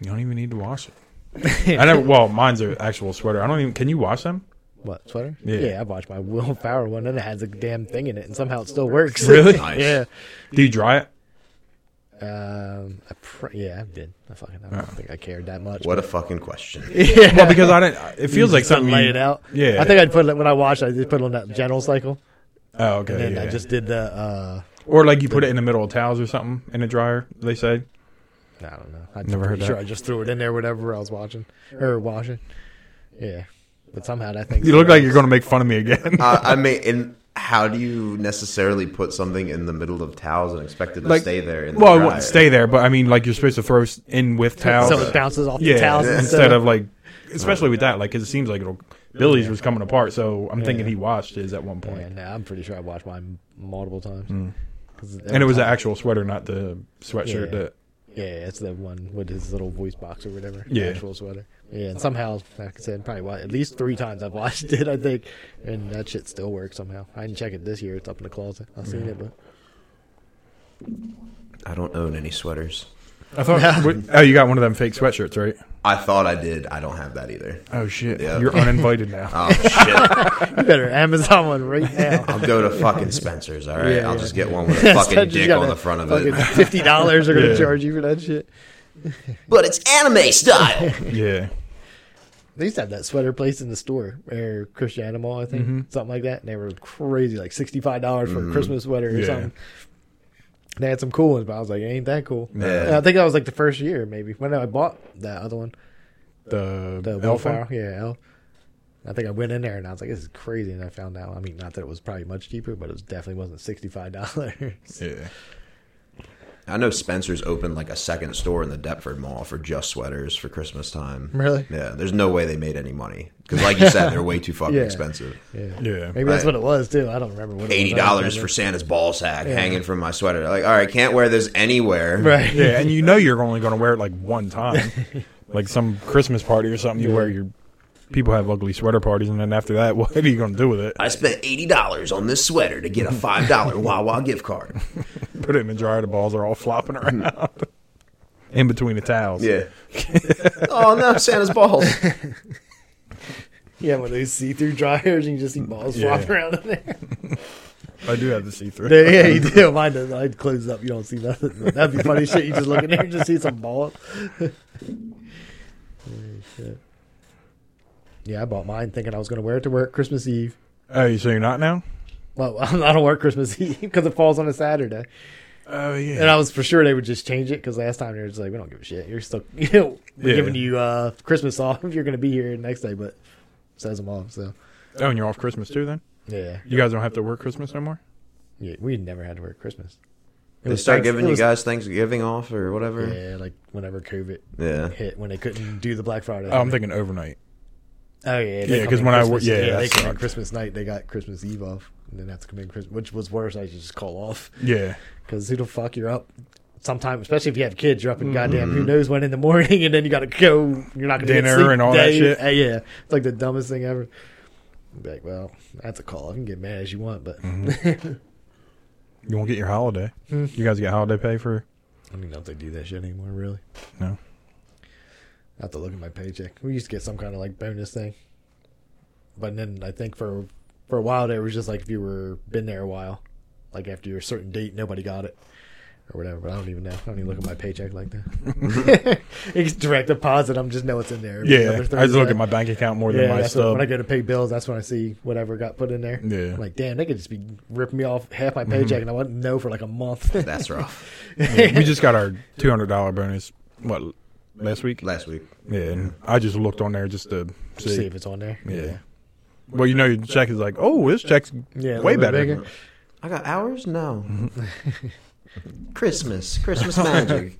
You don't even need to wash it. I never. Well, mine's an actual sweater. I don't even. Can you wash them? What sweater? Yeah. I bought my Will Power one, and it has a damn thing in it, and somehow it still works. Really? Nice. yeah. Do you dry it? Um, I pr- yeah, I did. I fucking I don't think I cared that much. What a fucking question. yeah. Well, because I didn't. It feels like Just to something. lay you- it out. Yeah. I think I'd put it when I watched. I just put it on that general cycle, Oh, okay. and then yeah, I yeah. just did the. uh or like you put it in the middle of towels or something in a dryer. They say. I don't know. I'm Never heard pretty sure that. I just threw it in there, whatever I was watching or washing. Yeah, but somehow that thing. You look like you're going to make fun of me again. uh, I mean, and how do you necessarily put something in the middle of towels and expect it to like stay there? In the well, I dryer? wouldn't stay there, but I mean, like you're supposed to throw s- in with towels. So it bounces off yeah, the towels instead of like, especially with that, like, because it seems like it'll. Billy's was coming apart, so I'm thinking he watched his at one point, Mm. Yeah, nah, I'm pretty sure I watched mine multiple times. 'Cause and it was the every time- actual sweater, not the sweatshirt. Yeah. That yeah, it's the one with his little voice box or whatever. the Yeah. actual sweater. Yeah, and somehow, like I said, probably wa- at least three times I've watched it, I think, and that shit still works somehow. I didn't check it this year; it's up in the closet. I've seen it, but I don't own any sweaters. I thought. wait, oh, you got one of them fake sweatshirts, right? I thought I did. I don't have that either. Oh shit, Yeah. you're uninvited now. Oh shit! you better Amazon one right now. I'll go to fucking Spencer's. All right, Yeah, I'll yeah. just get one with a fucking Instead, you dick gotta on the front of it. fucking Fifty dollars are gonna Yeah. charge you for that shit. But it's anime style. yeah, They used to have that sweater place in the store, or Christian Animal, I think, Mm-hmm. something like that. And they were crazy, like sixty five dollars Mm-hmm. for a Christmas sweater or Yeah. something. They had some cool ones, but I was like, ain't that cool? Yeah. And I think that was like the first year, maybe when I bought that other one, the, the elf Willflower. one? Yeah, Elf. I think I went in there and I was like, this is crazy, and I found out. I mean, not that it was probably much cheaper, but it was definitely wasn't sixty five dollars. Yeah, I know Spencer's opened like a second store in the Deptford Mall for just sweaters for Christmas time. Really? Yeah. There's no way they made any money because, like you said, they're way too fucking Yeah. expensive. yeah. yeah. Maybe that's Right. what it was too. I don't remember what it was. I Eighty don't dollars remember. for Santa's ball sack hanging from my sweater. Like, all right, can't wear this anywhere. right. Yeah, and you know you're only going to wear it like one time, like some Christmas party or something. You wear your people have ugly sweater parties, and then after that, what are you going to do with it? I spent eighty dollars on this sweater to get a five dollar Wawa gift card. Put it in the dryer. The balls are all flopping around in between the towels. Yeah. oh no, Santa's balls. Yeah, one of those see-through dryers, and you just see balls Yeah. flopping around in there. I do have the see through. Yeah, yeah, you do. Mine does. I close up. You don't see nothing. That'd be funny shit. You just look in there and just see some balls. Holy shit. Yeah, I bought mine thinking I was going to wear it to work Christmas Eve. Oh, so you're not now? Well, I don't work Christmas Eve because it falls on a Saturday. Oh And yeah. I was for sure they would just change it because last time they were just like, we don't give a shit. You're still, you know, we're Yeah. giving you uh, Christmas off. You're going to be here next day, but it says them off. So, Oh, and you're off Christmas too. Then yeah. you guys don't have to work Christmas no more. yeah we never had to work Christmas. It They was start Thanks- giving it you was- guys Thanksgiving off or whatever. Yeah. Yeah, like whenever COVID hit when they couldn't do the Black Friday. Oh, I'm thing. thinking overnight. oh yeah, Yeah, 'cause when I wor- yeah, that they came in sucked. Christmas night, they got Christmas Eve off, and then have to come in Christmas, which was worse. I should just call off Yeah. because who the fuck you're up. Sometime, especially if you have kids, you're Mm-hmm. up in goddamn who knows when in the morning, and then you got to go. You're not gonna get Dinner sleep and all that day. shit. Uh, yeah, it's like the dumbest thing ever. Be Like, well, that's a call. I can get mad as you want, but Mm-hmm. You won't get your holiday. You guys get holiday pay for I don't even know if they do that shit anymore. Really, no. I have to look at my paycheck. We used to get some kind of like bonus thing, but then I think for for a while there was just like if you were been there a while, like after your certain date, nobody got it or whatever. But I don't even know. I don't even look at my paycheck like that. it's direct deposit. I'm just know it's in there. every Yeah, other I just look Thursday. at my bank account more than Yeah, my that's what, stub. when I go to pay bills, that's when I see whatever got put in there. Yeah. Mm-hmm. I'm like damn, they could just be ripping me off half my paycheck, and I wouldn't know for like a month. That's rough. Yeah, we just got our two hundred dollar bonus. What last week? Last week. Yeah, and I just looked on there just to see. see if it's on there. Yeah. Well, you know, your check is like, oh, this check's Yeah, a way little bit better. bigger. I got hours? No. Christmas. Christmas magic.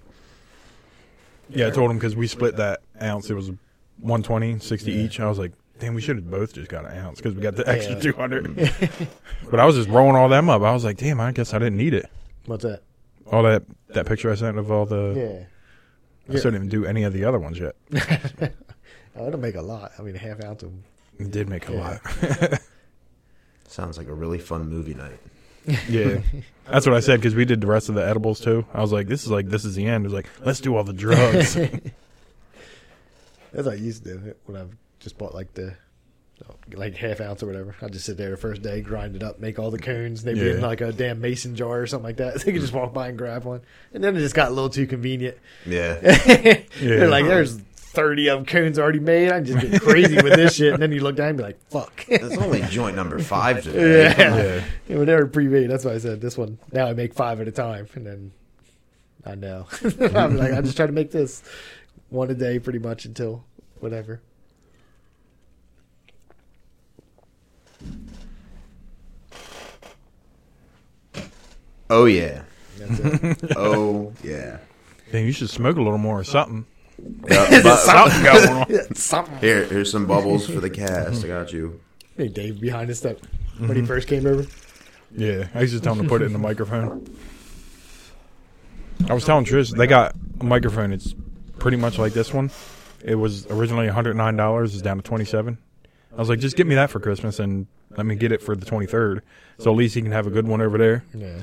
Yeah, I told him because we split that ounce. It was 120, 60 each. I was like, damn, we should have both just got an ounce because we got the extra Yeah. 200. but I was just rolling all them up. I was like, damn, I guess I didn't need it. What's that? All that that picture I sent of all the. Yeah. I still didn't even do any of the other ones yet. Oh, that'll make a lot. I mean, a half ounce of. It did make a lot. Sounds like a really fun movie night. yeah. That's what I said because we did the rest of the edibles too. I was like, this is like, this is the end. It was like, let's do all the drugs. That's what I used to do when I just bought like the like half ounce or whatever. I just sit there the first day, grind it up, make all the cones. They'd be Yeah. in like a damn mason jar or something like that. They could just walk by and grab one. And then it just got a little too convenient. Yeah. They're like, there's 30 of 'em cones already made. I can just get crazy with this shit. And then you look down and be like, fuck. That's only joint number five today. yeah. Yeah. Yeah, but they were pre-made. That's why I said this one. Now I make five at a time, and then I know. I'm like, I just try to make this one a day, pretty much until whatever. Oh, yeah. That's it. Oh, yeah. Damn, you should smoke a little more or something. Yeah, but- Something going on. Yeah, Something. here, here's some bubbles for the cast. I got you. Hey, Dave behind us that when he first came over. Yeah, I used to tell him to put it in the microphone. I was telling Trish they got a microphone. It's pretty much like this one. It was originally one hundred nine dollars. It's down to twenty seven. I was like, just get me that for Christmas and let me get it for the twenty third. So at least he can have a good one over there. Yeah.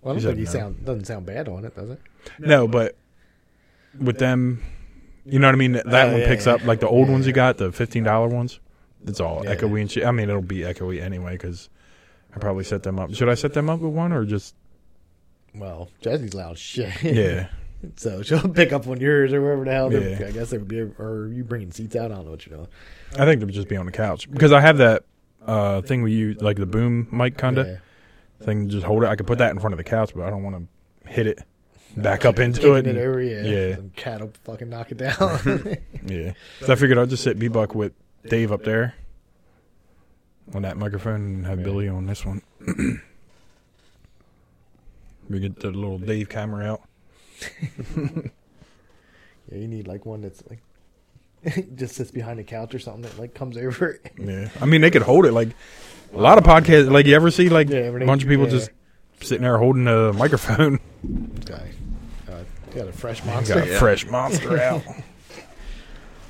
Well, I don't He's think like, he no. sound doesn't sound bad on it, does it? No, but with them, you know what I mean. That Oh, one yeah, picks yeah. up like the old Yeah, ones you got, the fifteen dollar ones. It's all Yeah. echoey and shit. I mean, it'll be echoey anyway because I probably set them up. Should I set them up with one or just Well, Jesse's loud as shit. yeah? so she'll pick up on yours or wherever the hell. they're Yeah. I guess there would be, or you bringing seats out. I don't know what you're doing. I think they'll just be on the couch because I have that uh, thing we use, like the boom mic kind of Yeah. thing. Just hold it. I could put that in front of the couch, but I don't want to hit it back up into it. Kicking and- it over, yeah. yeah. Some cat will fucking knock it down. yeah. So I figured I'd just sit B Buck with Dave up there on that microphone and have Billy on this one. we get the little Dave camera out. Yeah, you need like one that's like just sits behind the couch or something that like comes over. it. Yeah. I mean, they could hold it like a lot of podcasts. Like you ever see like Yeah, a everything- bunch of people yeah. just sitting there holding a microphone. Guy, uh, got a fresh Got monster. a fresh monster out.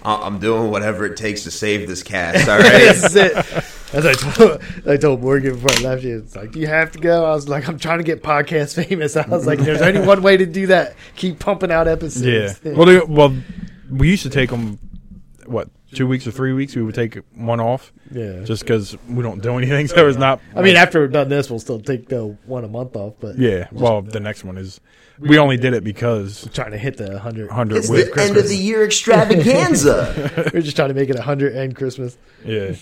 I- I'm doing whatever it takes to save this cast. All right. That's it. As I told, I told Morgan before I left, it's like, "Do you have to go?" I was like, "I'm trying to get podcast famous." I was like, "There's only one way to do that: keep pumping out Yeah. episodes." Well, they, well, we used to take them. What two weeks or three weeks? We would take one off yeah. just because we don't do anything, so it's not. I mean, after we've done this, we'll still take the one a month off, but yeah. Well, the next one is we only did it because trying to hit the hundred. hundred It's with the end of Christmas. the year extravaganza. We're just trying to make it hundred and Christmas. yeah,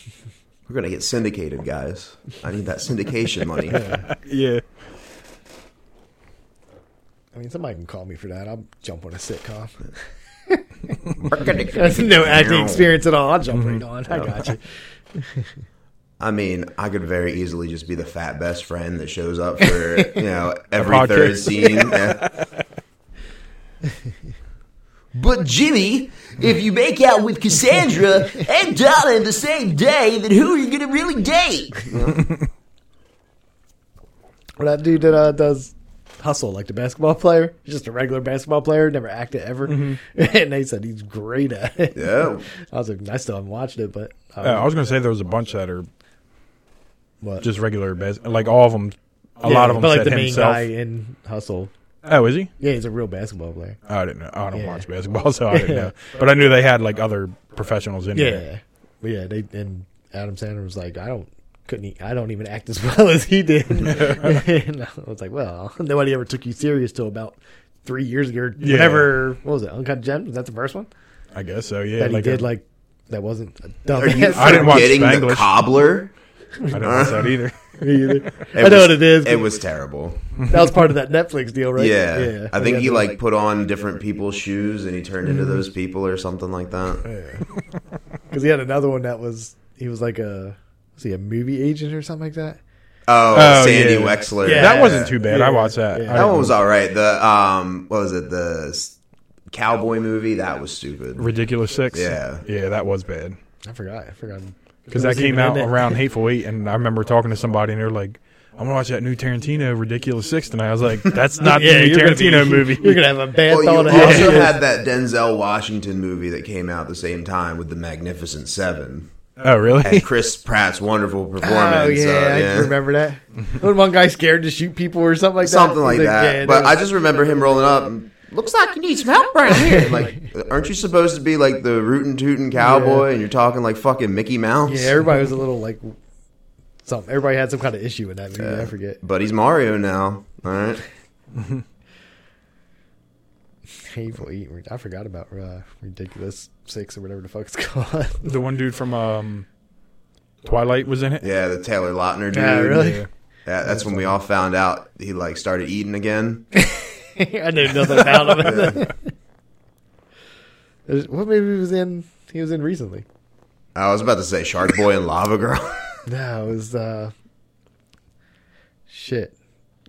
We're gonna get syndicated, guys. I need that syndication money. yeah. I mean, somebody can call me for that. I'll jump on a sitcom. That's no no acting experience at all. I'll jump Mm-hmm. right on. I got you. I mean, I could very easily just be the fat best friend that shows up for you know every podcast. third scene. Yeah. But Jimmy, if you make out with Cassandra and Donna the same day, then who are you gonna really date? Well, that dude that uh, does hustle like the basketball player, he's just a regular basketball player, never acted ever. Mm-hmm. and they said he's great at it. Yeah. I was like, I still haven't watched it, but uh, Uh, I was gonna say there was a bunch that are what? just regular, bas- like all of them. A Yeah, lot of them but like said the main himself. guy in hustle. Oh, is he? Yeah, he's a real basketball player. I didn't know. I don't Yeah. watch basketball, so I didn't know. But I knew they had like other professionals in there. Yeah, but yeah, they and Adam Sandler was like, I don't. Couldn't he, I don't even act as well as he did. and I was like, well, nobody ever took you serious till about three years ago. Yeah. Whenever what was it? Uncut Gems? Was that the first one? I guess so. Yeah, that he did a- like that wasn't a Are you dumbass. I didn't watch forgetting the Spanglish. cobbler? I didn't watch that either. either. I It know was- what it is. It was terrible. that was part of that Netflix deal, right? Yeah. I think Yeah, he they- like put on different people's shoes and he turned into those people or something like that. because he had another one that was he was like a was he a movie agent or something like that? Oh, Oh, Sandy yeah. Wexler. Yeah. That wasn't too bad. Yeah. I watched that. Yeah. I That didn't- one was all right. The um, what was it? The s- cowboy movie that was stupid. Ridiculous Six. Yeah. yeah, that was bad I forgot. I forgot because that came out around Hateful Eight, and I remember talking to somebody, and they're like, "I'm gonna watch that new Tarantino Ridiculous Six tonight." I was like, "That's not Yeah, the new you're gonna be- Tarantino movie." You're gonna have a bad Well, you thought. also ahead. had that Denzel Washington movie that came out the same time with the Magnificent Seven oh, really? and Chris Pratt's wonderful performance. Oh yeah, I uh, remember that. When one guy scared to shoot people or something like that. uh, something like He's that. yeah, but was- I just remember him rolling up. and looks like you need some help around here. Like, aren't you supposed to be like the rootin' tootin' cowboy, and you're talking like fucking Mickey Mouse? Yeah, everybody was a little like something. Everybody had some kind of issue in that movie. I forget. But he's Mario now. All right. Painful eating. I forgot about uh, ridiculous six or whatever the fuck it's called. The one dude from um, Twilight was in it. Yeah, the Taylor Lautner dude. Yeah, really? Yeah. That, that's when we all found out he like started eating again. I knew nothing about him. There's- what movie was in? He was in recently. I was about to say Shark Boy and Lava Girl. No, it was uh, shit.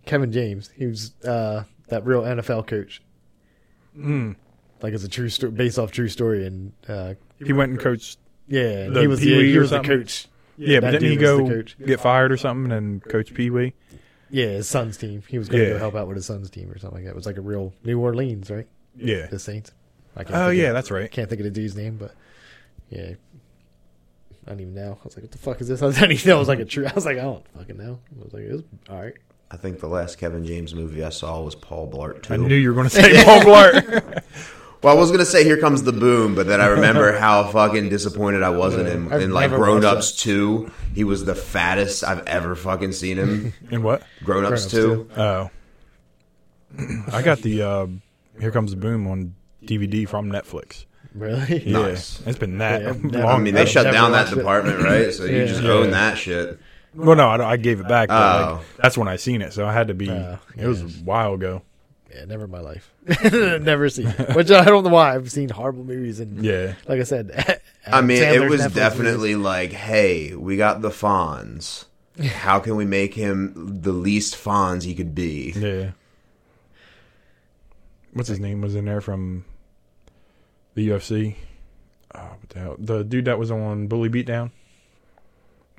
Kevin James. He was uh that real NFL coach. Hmm. Like it's a true story, based off true story, and uh, He went and coached. yeah, The he was Pee Wee he, or was the something? coach. Yeah, but that didn't he dude was the go coach. get fired or something? And Coach Pee Wee. Yeah, his son's team. He was going to Yeah. go help out with his son's team or something like that. It was like a real New Orleans, right? Yeah. The Saints. I can't Oh think of- yeah, that's right. can't think of the dude's name, but yeah, I don't even know. I was like, what the fuck is this? I didn't even know it was like a true. I was like, I don't fucking know. I was like, it was all right. I think the last Kevin James movie I saw was Paul Blart I 2. knew you were going to say Paul Blart. well, I was gonna say Here Comes the Boom, but then I remember how fucking disappointed I was in him I've in like never Grown watched Ups Two. He was the fattest I've ever fucking seen him. and what? Grown Ups Grown Ups Two. Oh, I got the uh, Here Comes the Boom on DVD from Netflix. Really? Yeah, Nice. it's been that Yeah, I've I long. mean, they I've shut never down that watched it. department, right? So you Yeah. just own Yeah. that shit. Well, no, I, I gave it back. But Oh. like, that's when I seen it, so I had to be. Oh, It was a yes. while ago. Yeah, never in my life. never seen. it. Which uh, I don't know why. I've seen horrible movies and Yeah, like I said, Uh, I mean, it Sandler's was Netflix definitely like, hey, we got the Fonz. How can we make him the least Fonz he could be? yeah. What's his name was in there from the UFC? Oh, what the hell? The dude that was on Bully Beatdown.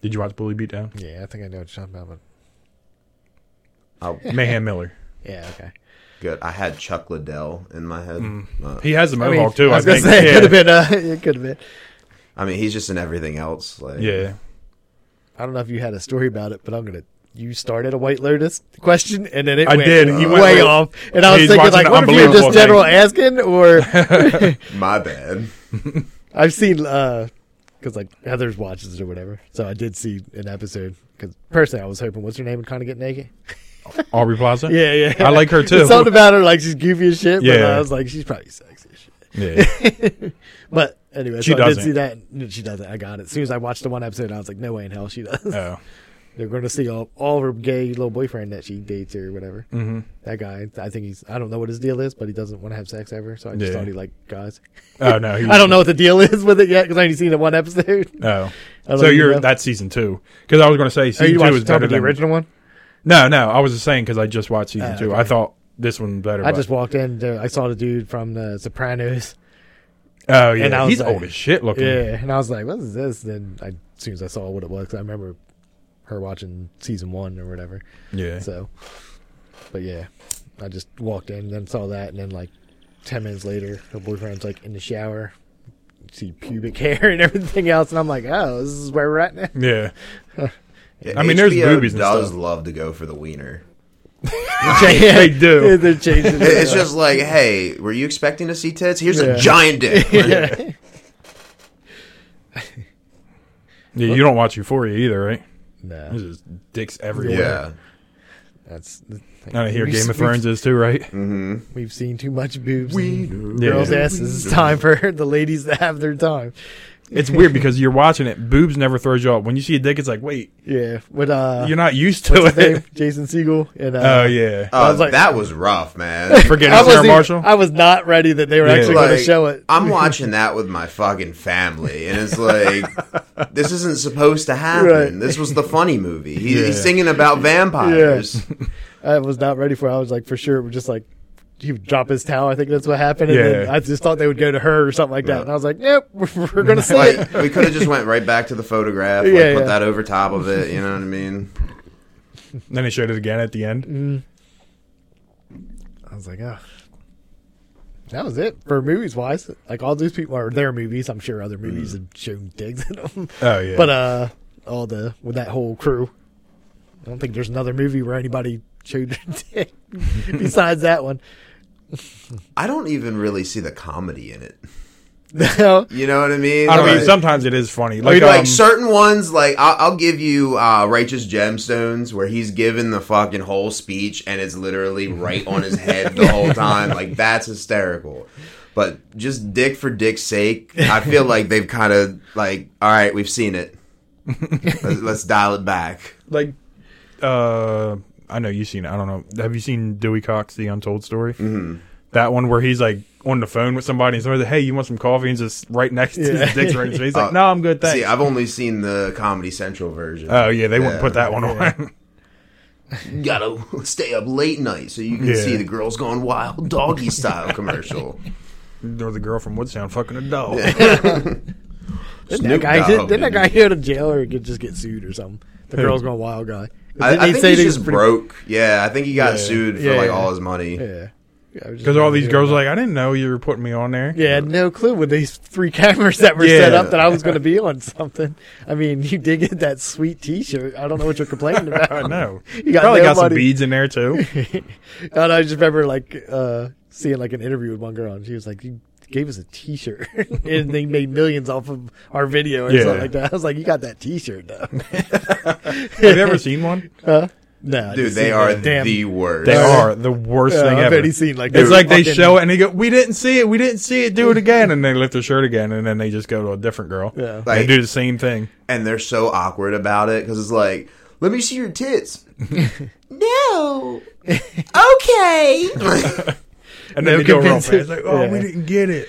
Did you watch Bully Beatdown? movies. Yeah, I think I know what you're talking about. Oh, Mayhem Miller. But yeah, okay. good. I had Chuck Liddell in my head. Mm. Uh, He has a I mohawk mean, too. I was I gonna think. say it yeah. could have been. Uh, it could have been. I mean, he's just in everything else. Like, Yeah. I don't know if you had a story about it, but I'm gonna. You started a White Lotus question, and then it I went did. way He went way- off, and I was He's thinking watching like, an what if you're unbelievable just general thing. asking? Or my bad. I've seen uh, because like Heather's watches or whatever, so I did see an episode. Because personally, I was hoping what's her name would kind of get naked. Aubrey Plaza. Yeah, yeah. I like her too. It's something about her, like she's goofy as shit. But Yeah. I was like, she's probably sexy as shit. Yeah. But anyway, She so I did doesn't. see that. No, She doesn't. I got it. As soon as I watched the one episode, I was like, no way in hell she does. Oh. They're going to see all, all her gay little boyfriend that she dates or whatever. Mhm. That guy, I think he's, I don't know what his deal is, but he doesn't want to have sex ever. So I just Yeah. thought he liked guys. Oh no. He I don't know what the deal is with it yet because I only seen the one episode. Oh. I don't So know, you you're know. that's season two because I was going to say Oh, season you two watched is talking better about the than original one? No, no. I was just saying because I just watched season Ah, two. okay. I thought this one better. I but- just walked in. There, I saw the dude from the Sopranos. oh yeah, and I was he's like- old as shit looking. Yeah, and I was like, "What is this?" Then I, as soon as I saw what it was, 'cause I remember her watching season one or whatever. Yeah. So, but yeah, I just walked in, then saw that, and then like ten minutes later, her boyfriend's like in the shower, You see pubic hair and everything else, and I'm like, "Oh, this is where we're at now." Yeah. Yeah, I mean, there's HBO boobies and Does stuff. love to go for the wiener. They do. They're changing. It- It's just like, hey, were you expecting to see tits? Here's Yeah. a giant dick. yeah. Yeah, you don't watch Euphoria either, right? There's No, just dicks everywhere. yeah. that's. Now I hear We've- Game of Thrones is too, right? Mm-hmm. We've, we've seen too much boobs. and Yeah. Girls' asses. It's time for the ladies to have their time. It's weird because you're watching it. Boobs never throws you off. When you see a dick, it's like, wait, Yeah, with uh, you're not used what's to his name? it. Jason Siegel and uh, Oh yeah. Uh, was like- that was rough, man. Forgetting I Sarah wasn't- Marshall. I was not ready that they were Yeah. actually going Like, to show it. I'm watching that with my fucking family, and it's like, this isn't supposed to happen. Right. This was the funny movie. He, He's Yeah. singing about vampires. I was not ready for. it. I was like, for sure, it was just like he would drop his towel. I think that's what happened. And then Yeah. I just thought they would go to her or something like that. Yeah. And I was like, nope, we're going to see it. Like, we could have just went right back to the photograph, like, Yeah, put yeah. that over top of it. You know what I mean? Then they showed it again at the end. Mm, I was like, oh. That was it for movies wise. Like all these people are their movies. I'm sure other movies have shown digs in them. Mm. Oh yeah. But uh, all the with that whole crew, I don't think there's another movie where anybody showed their dick besides that one. I don't even really see the comedy in it. No. You know what I mean? I don't mean, Like- sometimes it is funny. Oh, Like, Like, um, certain ones, like I'll, I'll give you uh, righteous gemstones, where he's given the fucking whole speech and it's literally right on his head the whole time. Like that's hysterical. But just dick for dick's sake, I feel like they've kind of like, all right, we've seen it. let's, let's dial it back. like uh i know you've seen it i don't know have you seen dewey cox the untold story mm-hmm. that one where he's like on the phone with somebody and somebody's like hey you want some coffee and just right next to Yeah. his dick's right in his face he's Uh, like no i'm good thanks See, I've only seen the Comedy Central version. oh yeah they wouldn't Yeah. put that one on You gotta stay up late night so you can Yeah. see the girls gone wild, doggy style commercial. or the girl from woodstown fucking a doll Didn't that Snoop guy, Dogg didn't that and- guy go to jail or get, just get sued or something? The Who? girl's going wild guy. I, Didn't I he think say he's that he was just pretty- broke. Yeah, I think he got Yeah. sued for Yeah, like yeah. all his money. Yeah. Yeah, I was just because all these wondering. girls are like i didn't know you were putting me on there Yeah, I had no clue with these three cameras that were Yeah. set up that I was going to be on something. I mean, you did get that sweet T-shirt. I don't know what you're complaining about. i know You got probably got some nobody. beads in there too and I just remember like uh, seeing like an interview with one girl, and she was like, "You gave us a T-shirt, and they made millions off of our video or Yeah. something like that." I was like, "You got that T-shirt though?" have you ever seen one Huh? no, I Dude, just they seen are that damn. the worst. they are the worst Yeah, thing I've ever already seen like It's the like they fucking- show it and they go, "We didn't see it. We didn't see it. Do it again." And they lift their shirt again, and then they just go to a different girl. Yeah. they Like- do the same thing. And they're so awkward about it because it's like, let me see your tits. no. okay. And then No they go real convincing. fast. Like, "Oh, Yeah. we didn't get it.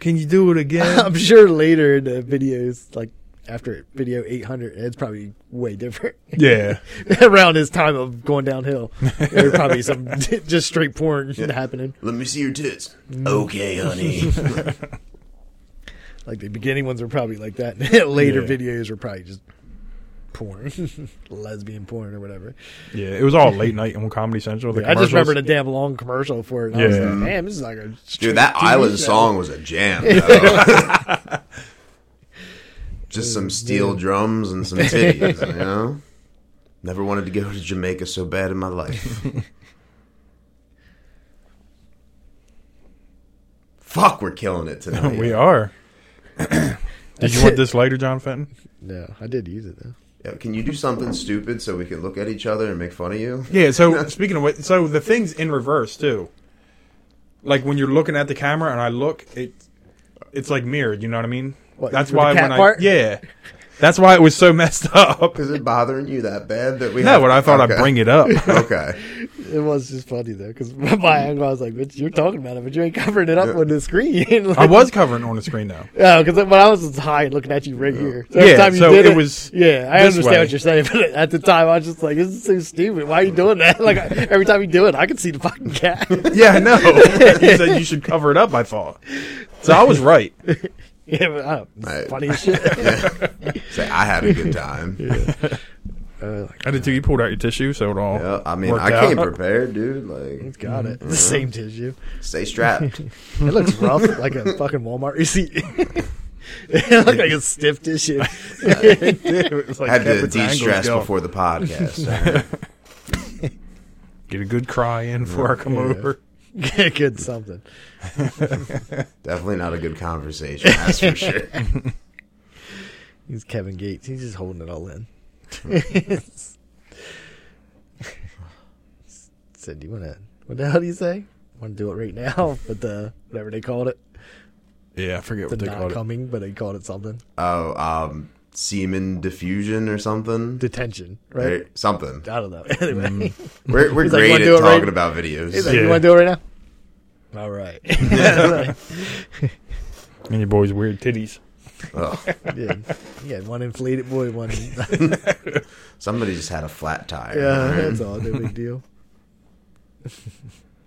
Can you do it again?" I'm sure later in the videos, like after video 800, it's probably way different. yeah, Around his time of going downhill, there were probably some just straight porn happening. let me see your tits. Mm. okay, honey. Like the beginning ones were probably like that. later Yeah. videos were probably just porn, lesbian porn or whatever. yeah. It was all late night on Comedy Central. The I just remember the commercials. damn long commercial for it. and I was Yeah. like, damn, this is like a straight Dude, that TV island show." song was a jam. though. Just some steel drums and some titties, you know? Never wanted to go to Jamaica so bad in my life. Fuck, we're killing it tonight. we are. Did you want this later, John Fenton? No, I did use it though. Yeah, Can you do something stupid so we can look at each other and make fun of you? Yeah. So speaking of what, so the thing's in reverse too. Like when you're looking at the camera, and I look, it, it's like mirrored. You know what I mean? What, That's with the why cat when part? I yeah, that's why it was so messed up. Is it bothering you that bad that we? No, but I thought I'd bring it up. Okay. It was just funny though, because my uncle I was like, "Bitch, you're talking about it, but you ain't covering it up on the screen." I Like- was covering it on the screen though. Oh, because when I was just high and looking at you right here. So every Yeah, time you so did it was Yeah, I this understand way. what you're saying, but at the time I was just like, "This is so stupid. Why are you doing that?" Like I- every time you do it, I can see the fucking cat. Yeah, I know. you said you should cover it up. I thought. So I was right. yeah, but I don't, it's Right. funny as shit. Say I had a good time. Uh, like, I did too. You pulled out your tissue, so it all. Yeah, I mean, worked I came out. prepared, dude. Like, got it. Mm-hmm. The same tissue. stay strapped. It looks rough, like a fucking Walmart receipt. it looked like a stiff tissue. It was like had kept to its angles de-stress going. before the podcast. Get a good cry in before I come Yeah. over. Good something. Definitely not a good conversation, that's for sure. He's Kevin Gates. He's just holding it all in. Said, "Do you want to? What the hell do you say? Want to do it right now?" But the whatever they called it, Yeah, I forget the what they not called it. coming, but they called it something. Oh, um, semen diffusion or something. Detention, right? Right? Something. I don't know. Anyway, We're, we're He's like, great "Wanna at do it talking right?" about videos. he's like, Mm, Yeah. "You want to do it right now?" All right. And your boy's weird titties. Ugh. yeah. yeah, one inflated boy, one. yeah, somebody just had a flat tire. right? that's all. No big deal.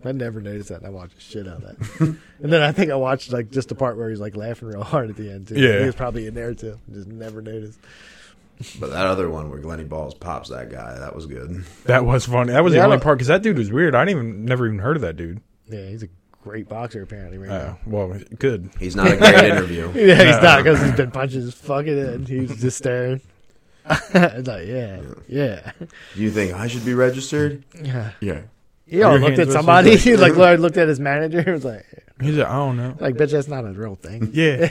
I never noticed that, and I watched the shit out of that. and then I think I watched like just the part where he's like laughing real hard at the end too. Yeah. he was probably in there too. Just never noticed. But that other one where Glenny Balls pops that guy, that was good. That was funny. That was Yeah, I the only don't- part because that dude was weird. I didn't even never even heard of that dude. Yeah, he's a great boxer apparently right Oh, now. well, good. He's not a great interview. Yeah, he's No. not because he's been punching his fucking head. He's just staring. It's like, yeah, yeah, You think I should be registered? yeah. Yeah. He all Your looked hands at was- somebody. He like Lord looked at his manager. He was like, He's like, I don't know. like bitch, that's not a real thing. Yeah.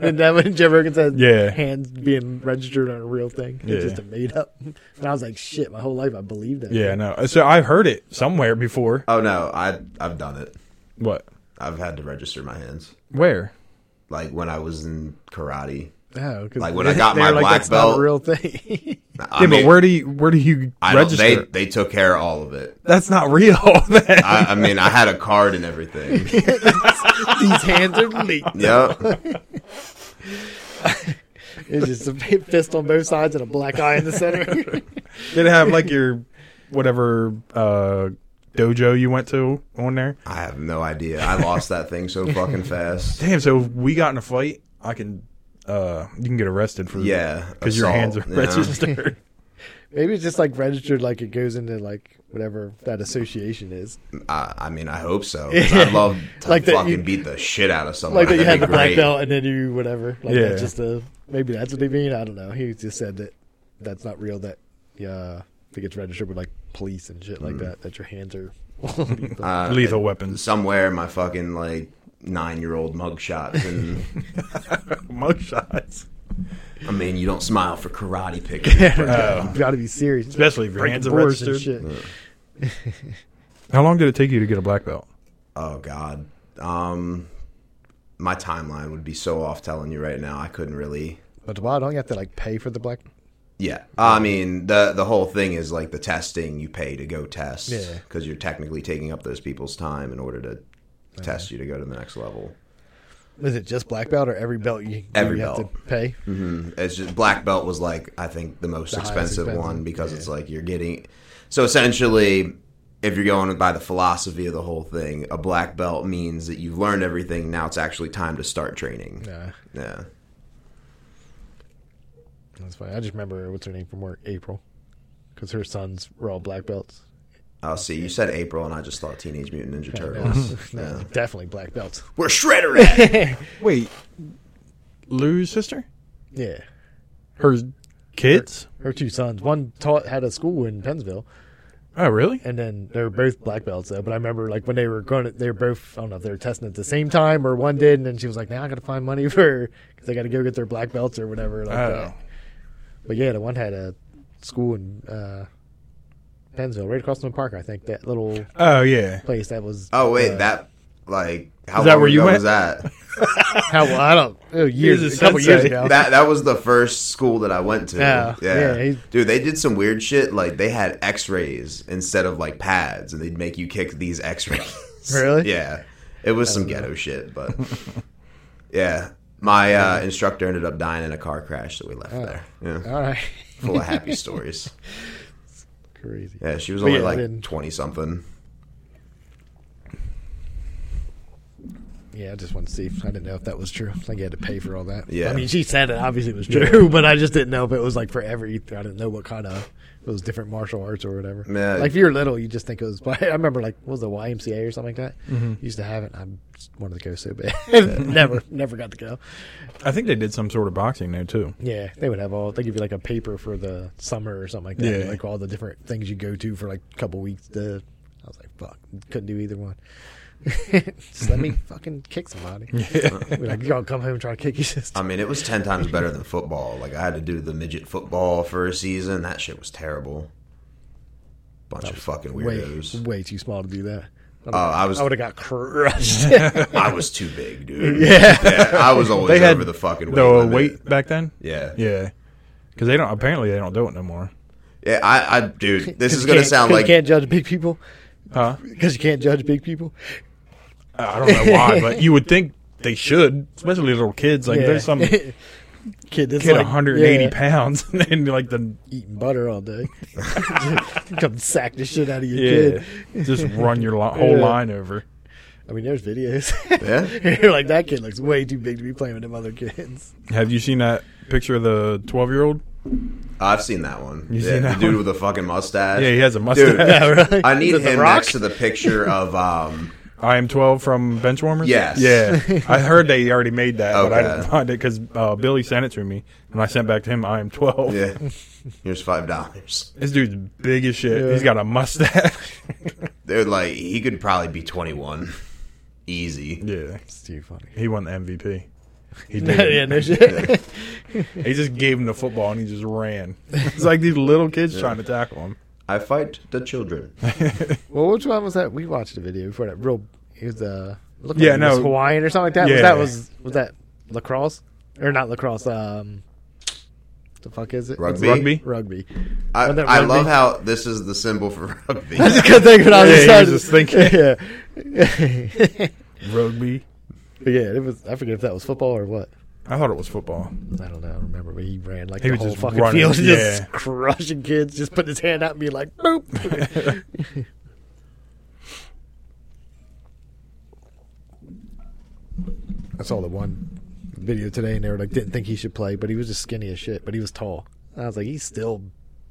and then when Jim Rogan said, Yeah. hands being registered are a real thing. It's Yeah. just a made up. And I was like, shit, my whole life I believed that. yeah, no. So I've heard it somewhere before. Oh no, I I've done it. What? I've had to register my hands. Where? Like when I was in karate. Oh, 'cause Like, when I got they were my like, black that's not belt- a real thing. I yeah, mean, but where do you where do you I don't, register? they they took care of all of it. That's not real. then. I, I mean, I had a card and everything. These hands are leaked. yep. It's just a big fist on both sides and a black eye in the center. Did it have like your whatever uh, dojo you went to on there? I have no idea. I lost that thing so fucking fast. Damn. So if we got in a fight. I can. Uh, you can get arrested for Yeah, because your hands are assault, yeah. registered. Maybe it's just like registered, like it goes into like whatever that association is. I, I mean, I hope so. 'cause I'd love to Like that fucking you- beat the shit out of someone. Like that you Oh, That'd had the be black great. belt and then you whatever. Like Yeah. that's just a maybe that's what they mean. I don't know. He just said that that's not real. That yeah, it gets registered with like police and shit like Hmm. that. That your hands are. Uh, Lethal weapons. Somewhere, my fucking like nine-year-old mugshots, and Mug shots. I mean, you don't smile for karate pictures. bro. you got to be serious. Um, Especially if your Breaking hands are boards and registered. shit. How long did it take you to get a black belt? Oh God, um, my timeline would be so off telling you right now. I couldn't really. But why don't you have to like pay for the black? Yeah, Uh, I mean the the whole thing is like the testing you pay to go test Yeah. because you're technically taking up those people's time in order to test you to go to the next level. Is it just black belt or every belt you, Every you have belt. to pay? hmm It's just black belt was like I think the most highest expensive, expensive, one because it's like you're getting so essentially if you're going by the philosophy of the whole thing, a black belt means that you've learned everything. Now it's actually time to start training. Nah. Yeah. That's fine. I just remember what's her name from work, April, because her sons were all black belts. I'll Oh, see. You said April, and I just thought Teenage Mutant Ninja No, Turtles. no, definitely black belts. We're shredder at. Wait, Lou's sister? Yeah, Her kids? her two sons. One taught had a school in Pennsville, Oh, really? and then they were both black belts though. But I remember like when they were going, to, they were both. I don't know if they were testing at the same time or one did, and then she was like, "Now I got to find money for because they got to go get their black belts or whatever." Like Oh, that. But yeah, the one had a school in uh, Pennsville, right across from the park. I think that little oh yeah. place that was. Oh wait, uh, that like how Is that long where you ago went? was that? How well, I don't oh, years, He's a a couple sensei. years ago. that that was the first school that I went to. Yeah. Yeah, Yeah, he- dude, they did some weird shit. Like they had X-rays instead of like pads, and they'd make you kick these X-rays. Really? Yeah, it was some ghetto shit, but yeah. My uh, instructor ended up dying in a car crash that we left there. Yeah. All right, Full of happy stories. crazy. Yeah, she was But only yeah, I like didn't- twenty something. Yeah, I just wanted to see. if- I didn't know if that was true. Like you had to pay for all that. Yeah. I mean, she said it obviously was true, but I just didn't know if it was like for every. I didn't know what kind of if it was different martial arts or whatever. Yeah. Like if you're little, you just think it was. I remember like what was the YMCA or something like that. Used to have it. I just wanted to go so bad. never, never got to go. I think they did some sort of boxing there too. Yeah, they would have all. They give you like a paper for the summer or something like that. Yeah. Like all the different things you go to for like a couple weeks. To, I was like, fuck, couldn't do either one. Just let me fucking kick somebody. We're like, y'all come home and try to kick your sister. I mean, it was ten times better than football. Like I had to do the midget football for a season. That shit was terrible. Bunch of fucking Way, weirdos. way too small to do that. Oh, I was I would have got crushed. I was too big, dude. Yeah, I was always They had over the fucking weight. The uh, limit. weight back then. Yeah. yeah, Yeah, because they don't. Apparently, they don't do it no more. I, I, dude, 'Cause this is you gonna can't- sound 'cause like you can't judge big people Huh? because you can't judge big people. I don't know why, but you would think they should, especially little kids. Like Yeah. there's some kid kid that's like, 180 yeah, pounds, and then like the eating butter all day. come sack the shit out of your yeah, kid. just run your li- whole Yeah. line over. I mean, there's videos. yeah. You're like, that kid looks way too big to be playing with them other kids. Have you seen that picture of the 12 year old? I've seen that one. You yeah, seen that the dude one? with the fucking mustache. Yeah, he has a mustache. Dude, really? I need Is it The him Rock? next to the picture of um. I am 12 from Benchwarmers? Yes. Yeah. I heard they already made that, but I didn't Okay. find it because uh, Billy sent it to me, and I sent back to him, I am 12. Yeah, here's five dollars. This dude's big as shit. Yeah. He's got a mustache. They're like he could probably be 21, easy. Yeah, It's too funny. he won the MVP. He did. yeah, no shit. He just gave him the football and he just ran. It's like these little kids trying to tackle him. I fight the children. well, which one was that? We watched a video before that. Real, he was uh, looking Yeah, like he was no. Hawaiian or something like that. Yeah. Was that was was that lacrosse or not lacrosse? Um, the fuck is it? Rugby. Rugby. Rugby. I, Wasn't that I rugby? love how this is the symbol for rugby. I just couldn't think of it. I was Yeah, just, he was thinking. Yeah. Rugby. but yeah, it was. I forget if that was football or what. I thought it was football. I don't know. I don't remember, but he ran like He the was whole just fucking running, field, just yeah. crushing kids, just putting his hand out and being like, "Boop." I saw the one video today, and they were like, didn't think he should play, but he was just skinny as shit, but he was tall. And I was like, he's still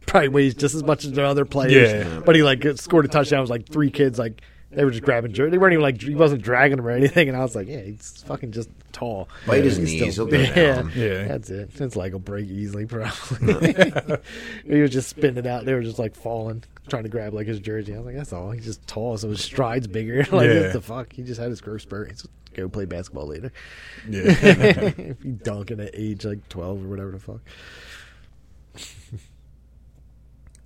probably weighs just as much as the other players. Yeah. But he like scored a touchdown. It was like three kids like. They were just grabbing jerseys. They weren't even like he wasn't dragging him or anything. And I was like, "Yeah, he's fucking just tall." Bite his He's knees, he'll go down. Yeah. That's it. His leg will break easily, probably. he was just spinning out. They were just like falling, trying to grab like his jersey. I was like, that's all. He's just tall, so his stride's bigger. like, Yeah. what the fuck? He just had his growth spurt. He's go play basketball later. Yeah. if you dunking at age like 12 or whatever the fuck.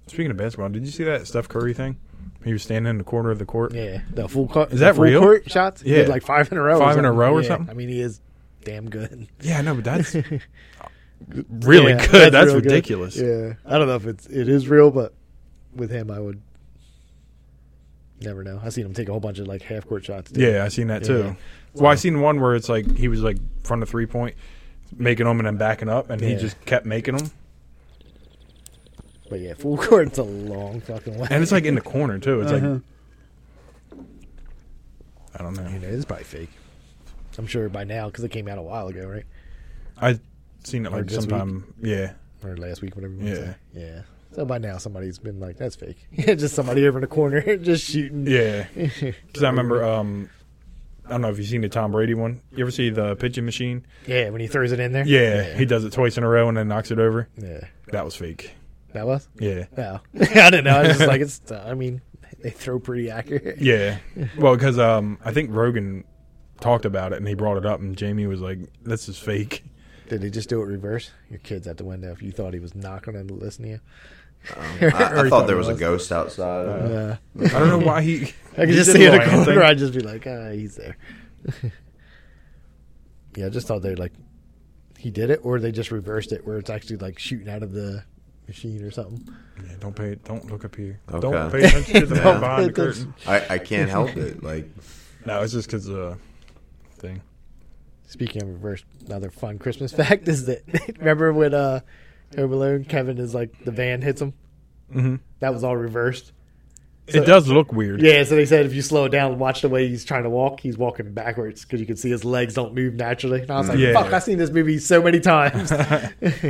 Speaking of basketball, did you see that Steph Curry thing? He was standing in the corner of the court. Yeah. The full court. Is that the full real? court shots? He Yeah. did like five in a row. or Five in a something. row or Yeah. something? I mean, he is damn good. Yeah, I know, but that's really Yeah, good. That's, real good. ridiculous. Yeah, I don't know if it's it is real, but with him, I would never know. I seen him take a whole bunch of like half court shots. too. Yeah, I seen that too. Yeah. Well, I seen one where it's like he was like front of three point, making them and then backing up, and he Yeah. just kept making them. but yeah, full court's a long fucking way. And it's like in the corner too. It's Uh-huh. like I don't You know. know, it's probably fake. I'm sure by now because it came out a while ago, right? I seen it like this week? sometime. Yeah, Or last week, whatever. You wanna Yeah. say. yeah. So by now, somebody's been like, "That's fake." just somebody over in the corner just shooting. yeah. Because I remember. um I don't know if you've seen the Tom Brady one. You ever see the pigeon machine? Yeah, when he throws it in there. Yeah, yeah. he does it twice in a row and then knocks it over. Yeah. That was fake. That was. Yeah. No, I didn't know. I was just like, it's. I mean, they throw pretty accurate. Yeah. Well, because um, I think Rogan talked about it and he brought it up, and Jamie was like, "This is fake." Did he just do it reverse? Your kid's at the window. If you thought he was knocking and listening to you. Um, I, I thought there was a ghost outside. Uh, I don't know why he. I could he just did see it in write a anything. corner. I'd just be like, ah, he's there. yeah, I just thought they like he did it, or they just reversed it, where it's actually like shooting out of the machine or something. Yeah, don't pay. Don't look up here. Okay. Don't pay attention to the Yeah. behind the It does- curtain. I, I can't help it. Like No, it's just because uh, thing. Speaking of reverse, another fun Christmas fact is that remember when uh, Home Alone Kevin is like the van hits him. hmm That was all reversed. it does look weird. Yeah, so they said if you slow down and watch the way he's trying to walk, he's walking backwards because you can see his legs don't move naturally. And I was like, Yeah. fuck, I've seen this movie so many times.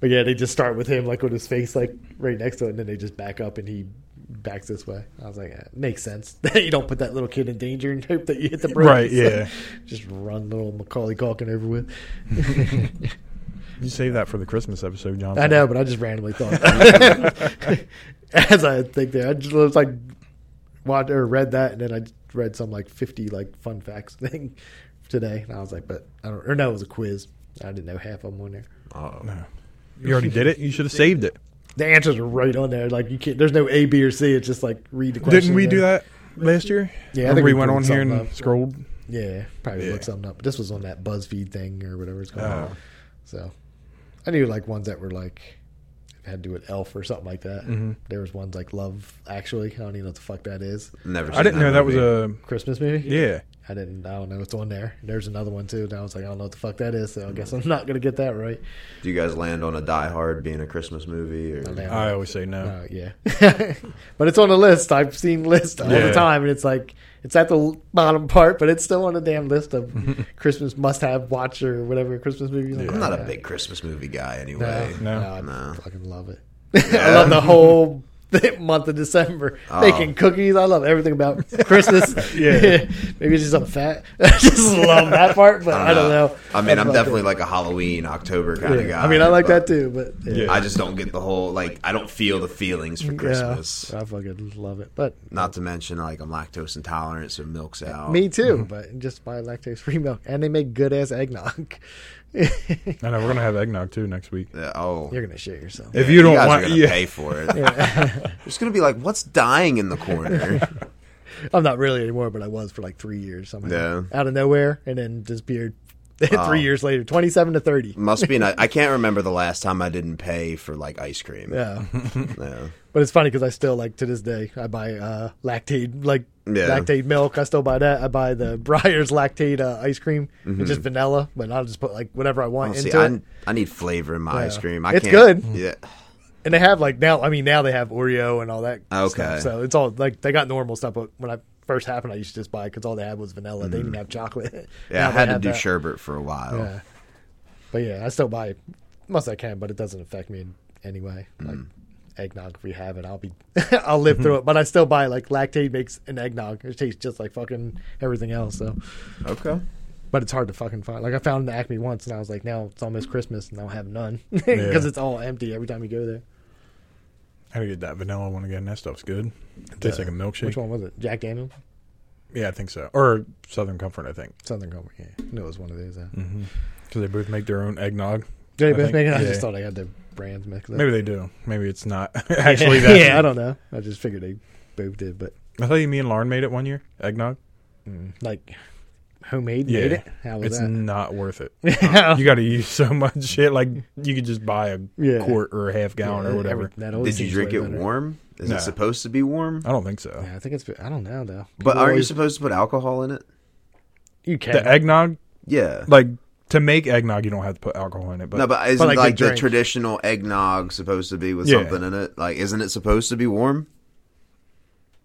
but yeah, they just start with him like with his face like right next to it, and then they just back up and he backs this way. I was like, eh, makes sense. you don't put that little kid in danger and hope that you hit the brakes. Right, yeah. just run little Macaulay Calkin over with. You save that for the Christmas episode, John. I know, but I just randomly thought. of it. As I think there, I just was like watched or read that, and then I read some like fifty like fun facts thing today, and I was like, but I don't or no, it was a quiz. I didn't know half of them on there. uh, No. You already did it. You should have saved it. The answers are right on there. Like you can't. There's no A, B, or C. It's just like read the question. Didn't we and do then- that last year? Yeah, I Remember think we we went pulled on here and something up. scrolled. Yeah, probably Yeah. look something up. But this was on that BuzzFeed thing or whatever it's called. Oh. So I knew like ones that were like had to do with Elf or something like that. Mm-hmm. There was ones like Love Actually. I don't even know what the fuck that is. never. Seen I didn't know that was movie. a. Christmas movie. Yeah. I didn't. I don't know. It's on there. There's another one too. And I was like, I don't know what the fuck that is. So I guess I'm not gonna get that right. Do you guys land on a Die Hard being a Christmas movie? Or Now, I always say no. uh, yeah. but it's on the list. I've seen list all Yeah. the time, and it's like it's at the bottom part, but it's still on the damn list of Christmas must-have watch or whatever Christmas movies. Like, I'm not a yeah. big Christmas movie guy No, anyway. No. no, I No. fucking love it. I love the whole the month of December. Oh. Making cookies. I love everything about Christmas. Yeah. Maybe it's just I'm fat. I just love that part, but I don't know. I mean, I'm fucking- definitely like a Halloween October kind of guy. I mean, I like that but too, but yeah. I just don't get the whole like I don't feel the feelings for Christmas. I fucking love it. But Not to mention like I'm lactose intolerant, so milk's out. me too. But just buy lactose free milk, and they make good ass eggnog. You're I know we're gonna have eggnog too next week. Yeah, oh, gonna shit yourself. If you don't guys want, are gonna yeah, pay for it. It's gonna be like, what's dying in the corner? I'm not really anymore, but I was for like three years somehow. Yeah. Out of nowhere, and then disappeared. three years later, twenty-seven to thirty. Must be. Not, I can't remember the last time I didn't pay for like ice cream. Yeah, Yeah. but it's funny because I still like to this day I buy uh, lactate like Yeah. lactate milk. I still buy that. I buy the Breyers lactate uh, ice cream, it's just vanilla, but I'll just put like whatever I want Well, into Mm-hmm. Oh, see, I, it. I need flavor in my ice cream. I It's can't, good. Yeah. And they have like now. I mean, now they have Oreo and all that. Okay. stuff. so it's all like they got normal stuff. But when I first happened, I used to just buy because all they had was vanilla. They didn't have chocolate. Mm. Yeah, Now I they had to have do that. sherbet for a while. Yeah. But yeah, I still buy it. Most I can, but it doesn't affect me in any way. Mm. Like eggnog, if we have it, I'll be, I'll live through it. But I still buy like lactate makes an eggnog. It tastes just like fucking everything else. So, Okay. but it's hard to fucking find. Like I found an Acme once, and I was like, now it's almost Christmas, and I'll have none because Yeah. it's all empty every time you go there. I gotta get that vanilla one again. That stuff's good. It tastes like a milkshake. Which one was it? Jack Daniel? Yeah, I think so. Or Southern Comfort, I think, Something over here. No, it was one of these. Uh, Mm-hmm. because they both make their own eggnog. Mm. Did I I, both think- make it? I yeah. just thought I had the brands mixed up. Maybe they do. Maybe it's not actually that. yeah, I don't know. I just figured they both did, but I thought you, me and Lauren made it one year. Eggnog. like homemade Mm. Yeah. made it. How was it's that? not worth it. Oh. Yeah. You got to use so much shit. Like you could just buy a Yeah. quart or a half gallon or Yeah, whatever. every- that always Did you seems drink way it better. warm? Is No. Uh, it supposed to be warm? I don't think so. Yeah, I think it's. I don't know though. People But aren't you always- supposed to put alcohol in it? You can. The eggnog, Yeah. like to make eggnog, you don't have to put alcohol in it. But no, but isn't like, like, the the drink. traditional eggnog supposed to be with Yeah. something in it? Like, isn't it supposed to be warm?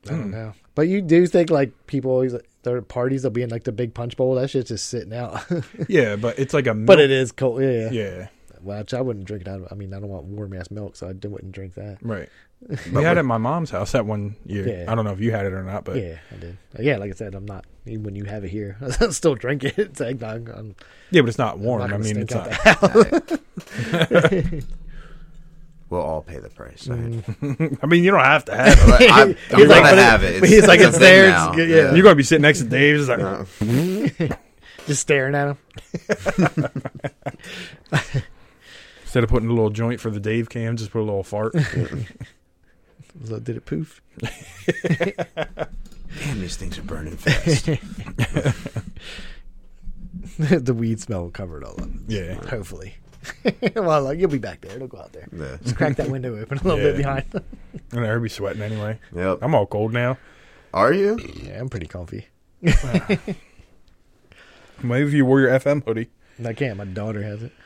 I don't know. But you do think like people always their parties will be in like the big punch bowl. That shit's just sitting out. yeah, but it's like a milk, but it is cold. Yeah, yeah. Yeah, Which I wouldn't drink it. out of- I mean, I don't want warm ass milk, so I d- wouldn't drink that. right. we had it at my mom's house that one year. Yeah. I don't know if you had it or not, but yeah, Yeah, I did. But yeah, like I said, I'm not. Even when you have it here, I still drink it. It's eggnog. I'm but it's not warm. not I gonna mean, stink it's out not. We'll all pay the price. right? Mm, I mean, you don't have to have it. But I, I'm He's gonna like, but it- have it. but he's like, a it's thing there, it's now. Uh, good, yeah. You're gonna be sitting next to Dave's like, just staring at him. instead of putting a little joint for the Dave cam, just put a little fart. So, Did it poof? Damn, these things are burning fast. the weed smell will cover it all up. yeah, Hopefully. well, like, you'll be back there. It'll go out there. yeah. Just crack that window open a little bit Yeah. behind. and I'd be sweating anyway. Yep. I'm all cold now. Are you? yeah, I'm pretty comfy. Maybe if you wore your FM hoodie. And I can't. My daughter has it.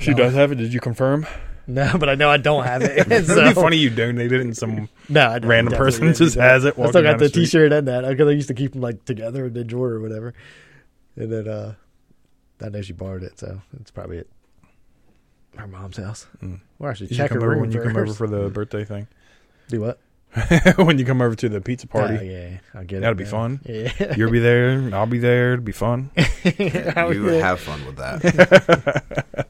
She does have it. Did you confirm? No, but I know I don't have it. It'd so, be funny you donated it and some No, I don't- random definitely person didn't. just has it. I walking still got down the, street. T-shirt and that because I used to keep them like together in the drawer or whatever. And then uh, I know she borrowed it, so it's probably at her mom's house. Or I should Mm. You should check her come over room when you come over first. for the birthday thing. Do what? when you come over to the pizza party, Oh, yeah, I get it. That'll be now. fun. Yeah. you'll be there. and I'll be there. It'll be fun. You Yeah. have fun with that.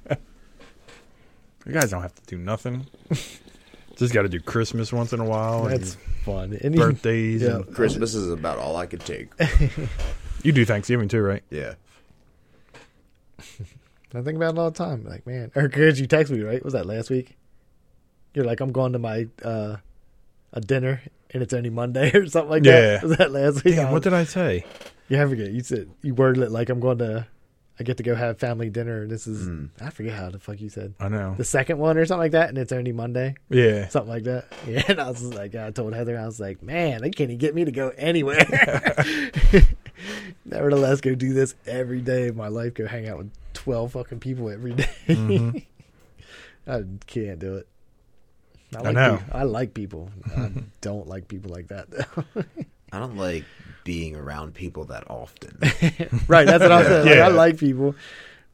you guys don't have to do nothing. Just got to do Christmas once in a while. and That's fun. And you- birthdays. Yeah. And Christmas is about all I could take. you do Thanksgiving too, right? Yeah. I think about it all the time. Like, man, or because you text me, right? Was that last week? You're like, I'm going to my uh, a dinner, and it's only Monday or something like Yeah. that. Was that last week? Damn, what did I say? you ever get? You said you worded it like I'm going to, I get to go have family dinner. And this is I forget how the fuck you said I know. the second one or something like that, and it's only Monday, Yeah. something like that. Yeah, and I was just like, I told Heather, I was like, man, they can't even get me to go anywhere. Nevertheless, go do this every day of my life. Go hang out with twelve fucking people every day. I can't do it. I, like know. People. I like people. I don't like people like that. though. I don't like being around people that often. right, that's what I was saying. Like, Yeah. I like people,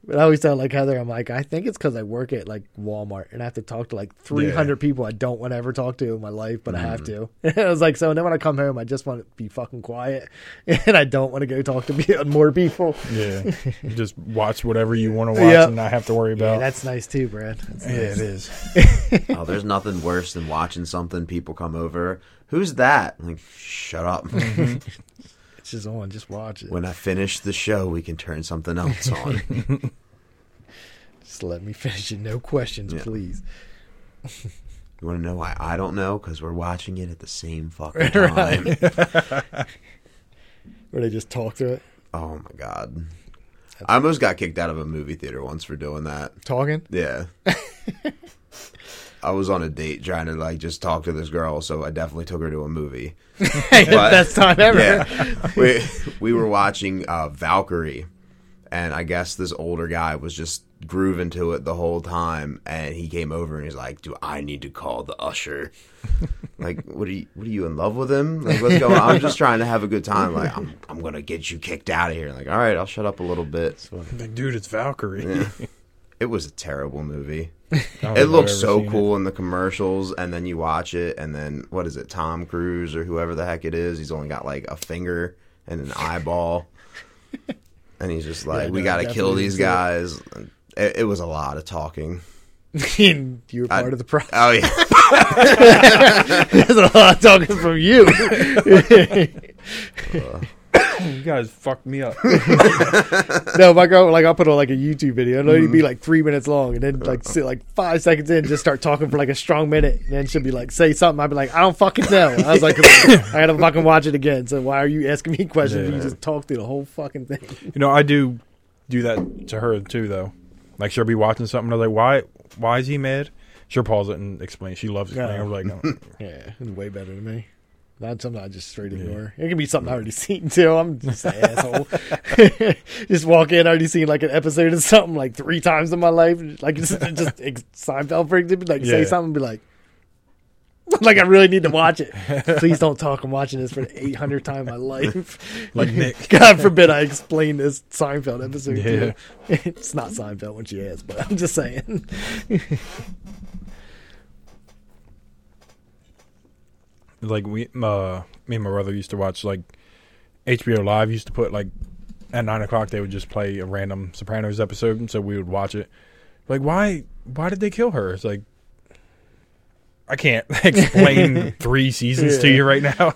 But I always sound like Heather. I'm like, I think it's because I work at like Walmart and I have to talk to like 300 people I don't want to ever talk to in my life, but I have to. And I was like, so then when I come home, I just want to be fucking quiet and I don't want to go talk to be- more people. Yeah, You just watch whatever you want to watch Yeah. and not have to worry Yeah, about. that's nice too, Brad. That's yeah, nice. it is. Oh, there's nothing worse than watching something. People come over. Who's that? I'm like, shut up. It's just on. Just watch it. when I finish the show, we can turn something else on. Just let me finish it. No questions, Yeah. please. You want to know why? I don't know because we're watching it at the same fucking time. Or they just talk through it. Oh my god! I almost got kicked out of a movie theater once for doing that. Talking? Yeah. I was on a date trying to like just talk to this girl, so I definitely took her to a movie. But- Best time ever. Yeah. we we were watching uh, Valkyrie, and I guess this older guy was just grooving to it the whole time. And he came over and he's like, "Do I need to call the usher?" like, what are you? What are you in love with him? Like, what's going? on? I'm just trying to have a good time. Like, I'm I'm gonna get you kicked out of here. Like, all right, I'll shut up a little bit. Like, dude, it's Valkyrie. It was a terrible I movie. don't It think I've looks ever so seen it. cool in the commercials, and then you watch it, and then what is it? Tom Cruise or whoever the heck it is. He's only got like a finger and an eyeball, and he's just like, Yeah, "We no, got to kill definitely these see it. guys." And It, it was a lot of talking. and you were part I- of the process. Oh yeah, There's a lot of talking from you. You guys fucked me up. no, my girl, like, I'll put on like a YouTube video. It'll only be like three minutes long. And then, like, sit like five seconds in, just start talking for like a strong minute. And then she'll be like, say something. I'll be like, I don't fucking know. I was like, I gotta fucking watch it again. So why are you asking me questions? if You Yeah. just talk through the whole fucking thing. You know, I do do that to her too, though. Like she'll be watching something, and I'm like, "Why? Why is he mad?" She'll pause it and explain. She loves explaining. I'm like, uh, "No." Yeah, it's way better than me. Not something I just straight ignore. It can be something I already seen too. I'm just an asshole. just walk in, already seen like an episode of something like three times in my life. Like just, just ex- Seinfeld freaked me. Like say Yeah. something, and be like, like I really need to watch it. Please don't talk. I'm watching this for the 800 time in my life. like Nick. God forbid I explain this Seinfeld episode. Yeah. too. it's not Seinfeld when she is, but I'm just saying. Like we, uh, me and my brother used to watch like HBO Live. Used to put like at nine o'clock they would just play a random Sopranos episode, and so we would watch it. Like, why? Why did they kill her? It's like. I can't explain three seasons to Yeah. you right now.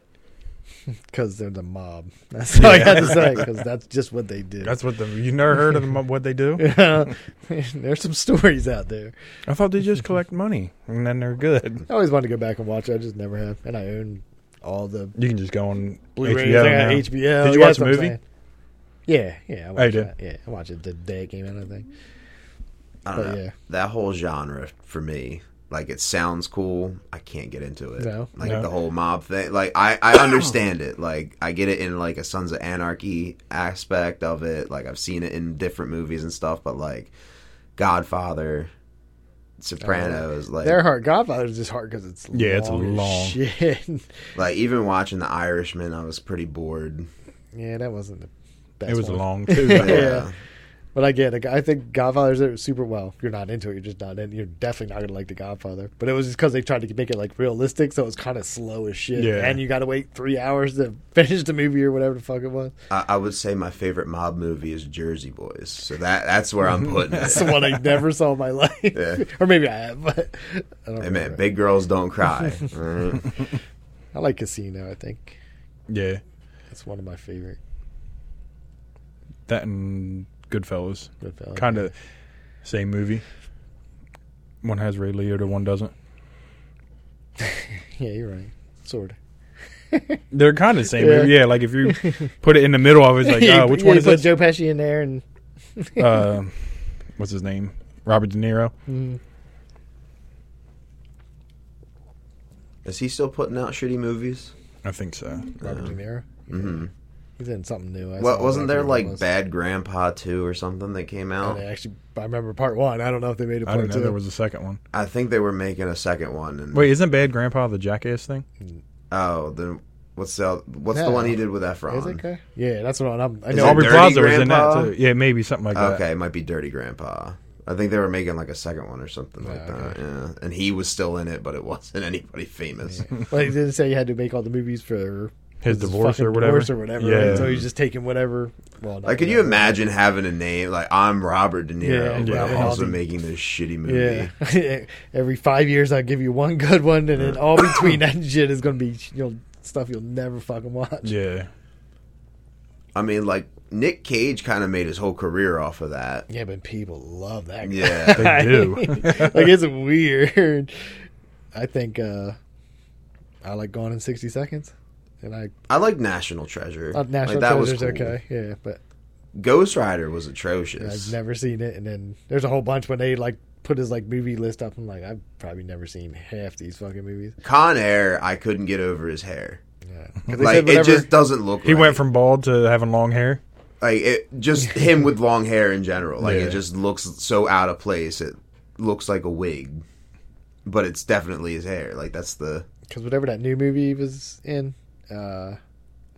because they're the mob. That's all I had to say. Because that's just what they do. That's what the you never heard of them, what they do. There's some stories out there. I thought they just collect money and then they're good. I always wanted to go back and watch. it. I just never have, and I own all the You can just go on Blu-rays. HBO I got now. HBO. Did you yeah, watch that's the what I'm movie? Oh, saying. Yeah, yeah, I watched did? that. Yeah, I watched it the day it came out. I think. I don't But, know. yeah. That whole genre for me, like it sounds cool. I can't get into it. No. Like No. the whole mob thing. Like I, I understand it. Like I get it in like a Sons of Anarchy aspect of it. Like I've seen it in different movies and stuff. But like Godfather, Sopranos, like Their heart, Godfather is just hard because it's Yeah, it's long as long. shit. like even watching The Irishman, I was pretty bored. yeah, that wasn't the best. It was one. long too. Yeah. But I get it. I think Godfather's are super well. If you're not into it, you're just not in. You're definitely not gonna like the Godfather. But it was just because they tried to make it like realistic, so it was kind of slow as shit. Yeah. And you got to wait three hours to finish the movie or whatever the fuck it was. I, I would say my favorite mob movie is Jersey Boys. So that that's where I'm putting it. It's the one I never saw in my life, Yeah. or maybe I have, but I don't Hey remember. man, big girls don't cry. Uh-huh. Alright. I like Casino. I think yeah, it's one of my favorite. that and Goodfellas, Good film. kind of same movie. One has Ray Liotta, one doesn't. Yeah, you're right. Sort of. They're kind of the same Yeah. movie. Yeah, like if you put it in the middle of it, it's like, Yeah, oh, which you one is put this? Joe Pesci in there and Uh, what's his name? Robert De Niro. mm-hmm. Is he still putting out shitty movies? I think so. Robert De Niro. Mm-hmm. He's in something new. I What saw. Uh-huh. wasn't I there forget what it like was. Bad Grandpa Two or something that came And out? they actually, I remember part one. I don't know if they made it I part didn't know two. there was a second one. I think they were making a second one. And, Wait, isn't Bad Grandpa the jackass thing? oh, then What's the What's Yeah. the one he did with Efron? Is it okay? Yeah, that's what I'm. I Is know. it Aubrey Dirty Plaza was in that Grandpa? too. Yeah, maybe something like that. Okay, it might be Dirty Grandpa. I think they were making like a second one or something like that. Yeah, and he was still in it, but it wasn't anybody famous. Like, they didn't say you had to make all the movies for His divorce fucking or whatever. divorce or whatever. Yeah. Right? So he's just taking whatever. Well, not Like, could you whatever. imagine having a name like I'm Robert De Niro, Yeah, but yeah. also Yeah. making this shitty movie? Yeah. Every five years, I'll give you one good one, and then all between that shit is going to be you know, stuff you'll never fucking watch. Yeah. I mean, like Nick Cage kind of made his whole career off of that. Yeah, but people love that. guy. Yeah, They do. like it's weird. I think uh I like Gone in sixty seconds, and I I like National Treasure. uh, National like, that Treasure's was cool. okay. Yeah, but Ghost Rider was atrocious. I've never seen it. And then there's a whole bunch when they like put his like movie list up. I'm like, I've probably never seen half these fucking movies. Con Air, I couldn't get over his hair. Yeah, Like it just doesn't look. He right. went from bald to having long hair. like it just him with long hair in general like Yeah. it just looks so out of place it looks like a wig but it's definitely his hair like that's the because whatever that new movie he was in, uh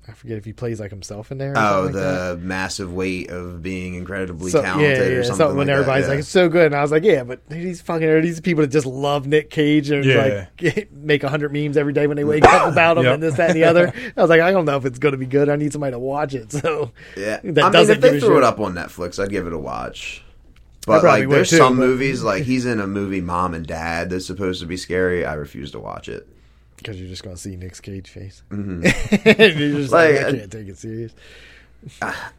I forget if he plays like himself in there. Or oh something like that. the massive weight of being incredibly So- talented or something, when like everybody's that. like, "It's so good," and I was like, "Yeah, but these fucking are these people that just love Nick Cage and Yeah. like make hundred memes every day when they wake up about him Yep. and this, that, and the other." I was like, "I don't know if it's going to be good. I need somebody to watch it." So yeah, that I mean, doesn't if give they a threw shit. it up on Netflix, I'd give it a watch. But probably like, would there's too, some but- movies like he's in a movie Mom and Dad that's supposed to be scary. I refuse to watch it. because you're just going to see Nick Cage face, And you're just like, Mm-hmm. Like, "I uh, can't take it serious."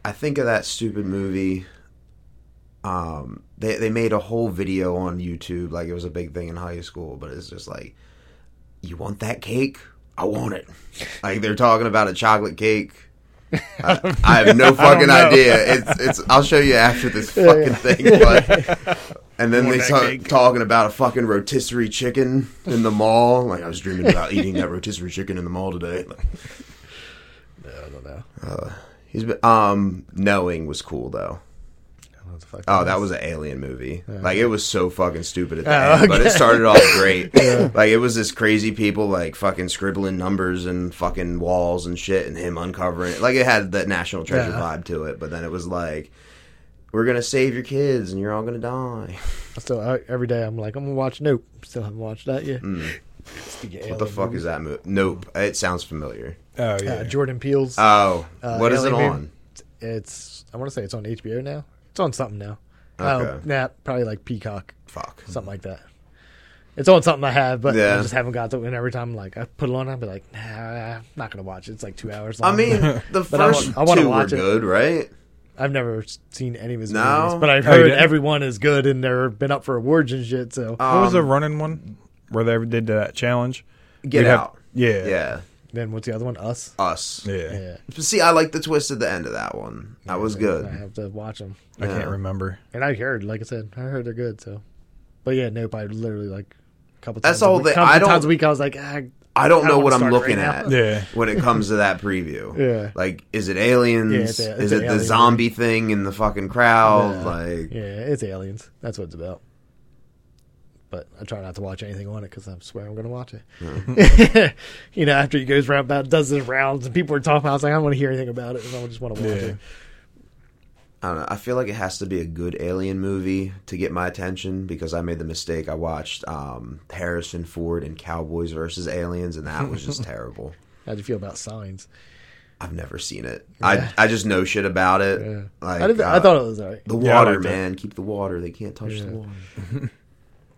I think of that stupid movie. Um, they they made a whole video on YouTube, like it was a big thing in high school. But it's just like, you want that cake? I want it. Like they're talking about a chocolate cake. I, I have no fucking know. idea. It's it's. I'll show you after this fucking thing. But, and then they that start cake. talking about a fucking rotisserie chicken in the mall. Like I was dreaming about eating that rotisserie chicken in the mall today. I don't know. He's been, um, knowing was cool though. I don't know what the fuck Oh, it that is. was an alien movie. Like it was so fucking stupid at the Oh, end, but okay. it started off great. Like it was this crazy people like fucking scribbling numbers and fucking walls and shit, and him uncovering it. Like it had that National Treasure Yeah. vibe to it, but then it was like, we're gonna save your kids and you're all gonna die. So I, every day I'm like, I'm gonna watch Nope. Still haven't watched that yet. Speaking of Mm, Hmm. What the alien fuck is that movie? Nope, it sounds familiar. Oh movies, yeah. uh, Jordan Peele's. Oh, Uh, what is it alien on? movie? it's I want to say it's on HBO now. It's on something now. Okay. Oh, nah, probably like Peacock, Fuck. something like that. It's on something I have, but I Yeah. just haven't got to. it. And every time, like I put it on, I'll be like, nah, I'm not gonna watch it. It's like two hours. Long. I mean, the But I wa- first I wanna two were watch it. good, right? I've never s- seen any of his No? movies, but I've Oh, you heard didn't? everyone is good and they're been up for awards and shit. So what was the Um, running one where they did that challenge? Get You'd have- out. yeah. yeah, then what's the other one? Us. us. Yeah. Yeah, But see, I like the twist at the end of that one. That was good. I have to watch them, I Yeah. can't remember. and I heard, like I said, I heard they're good. So, but yeah, Nope. I literally like a couple. That's times a all week- that- couple I don't- times a week. I was like, ah, I don't know I what don't I'm wanna looking start right at now. Yeah. when it comes to that preview. Yeah. Like, is it aliens? Yeah, it's a- it's is an it the alien zombie thing in the fucking crowd? Yeah. Like, Yeah, it's aliens. That's what it's about. But I try not to watch anything on it because I swear I'm going to watch it. Hmm. you know, after he goes round about does his rounds and people are talking, I was like, I don't want to hear anything about it. And I just want to watch Yeah. it. I don't know. I feel like it has to be a good alien movie to get my attention because I made the mistake. I watched um, Harrison Ford and Cowboys versus Aliens, and that was just terrible. How'd you feel about signs? I've never seen it. I I just know shit about it. Yeah. Like, I, did, I uh, thought it was all right. the Yeah, I water, liked it. man. Keep the water. They can't touch Yeah. the water.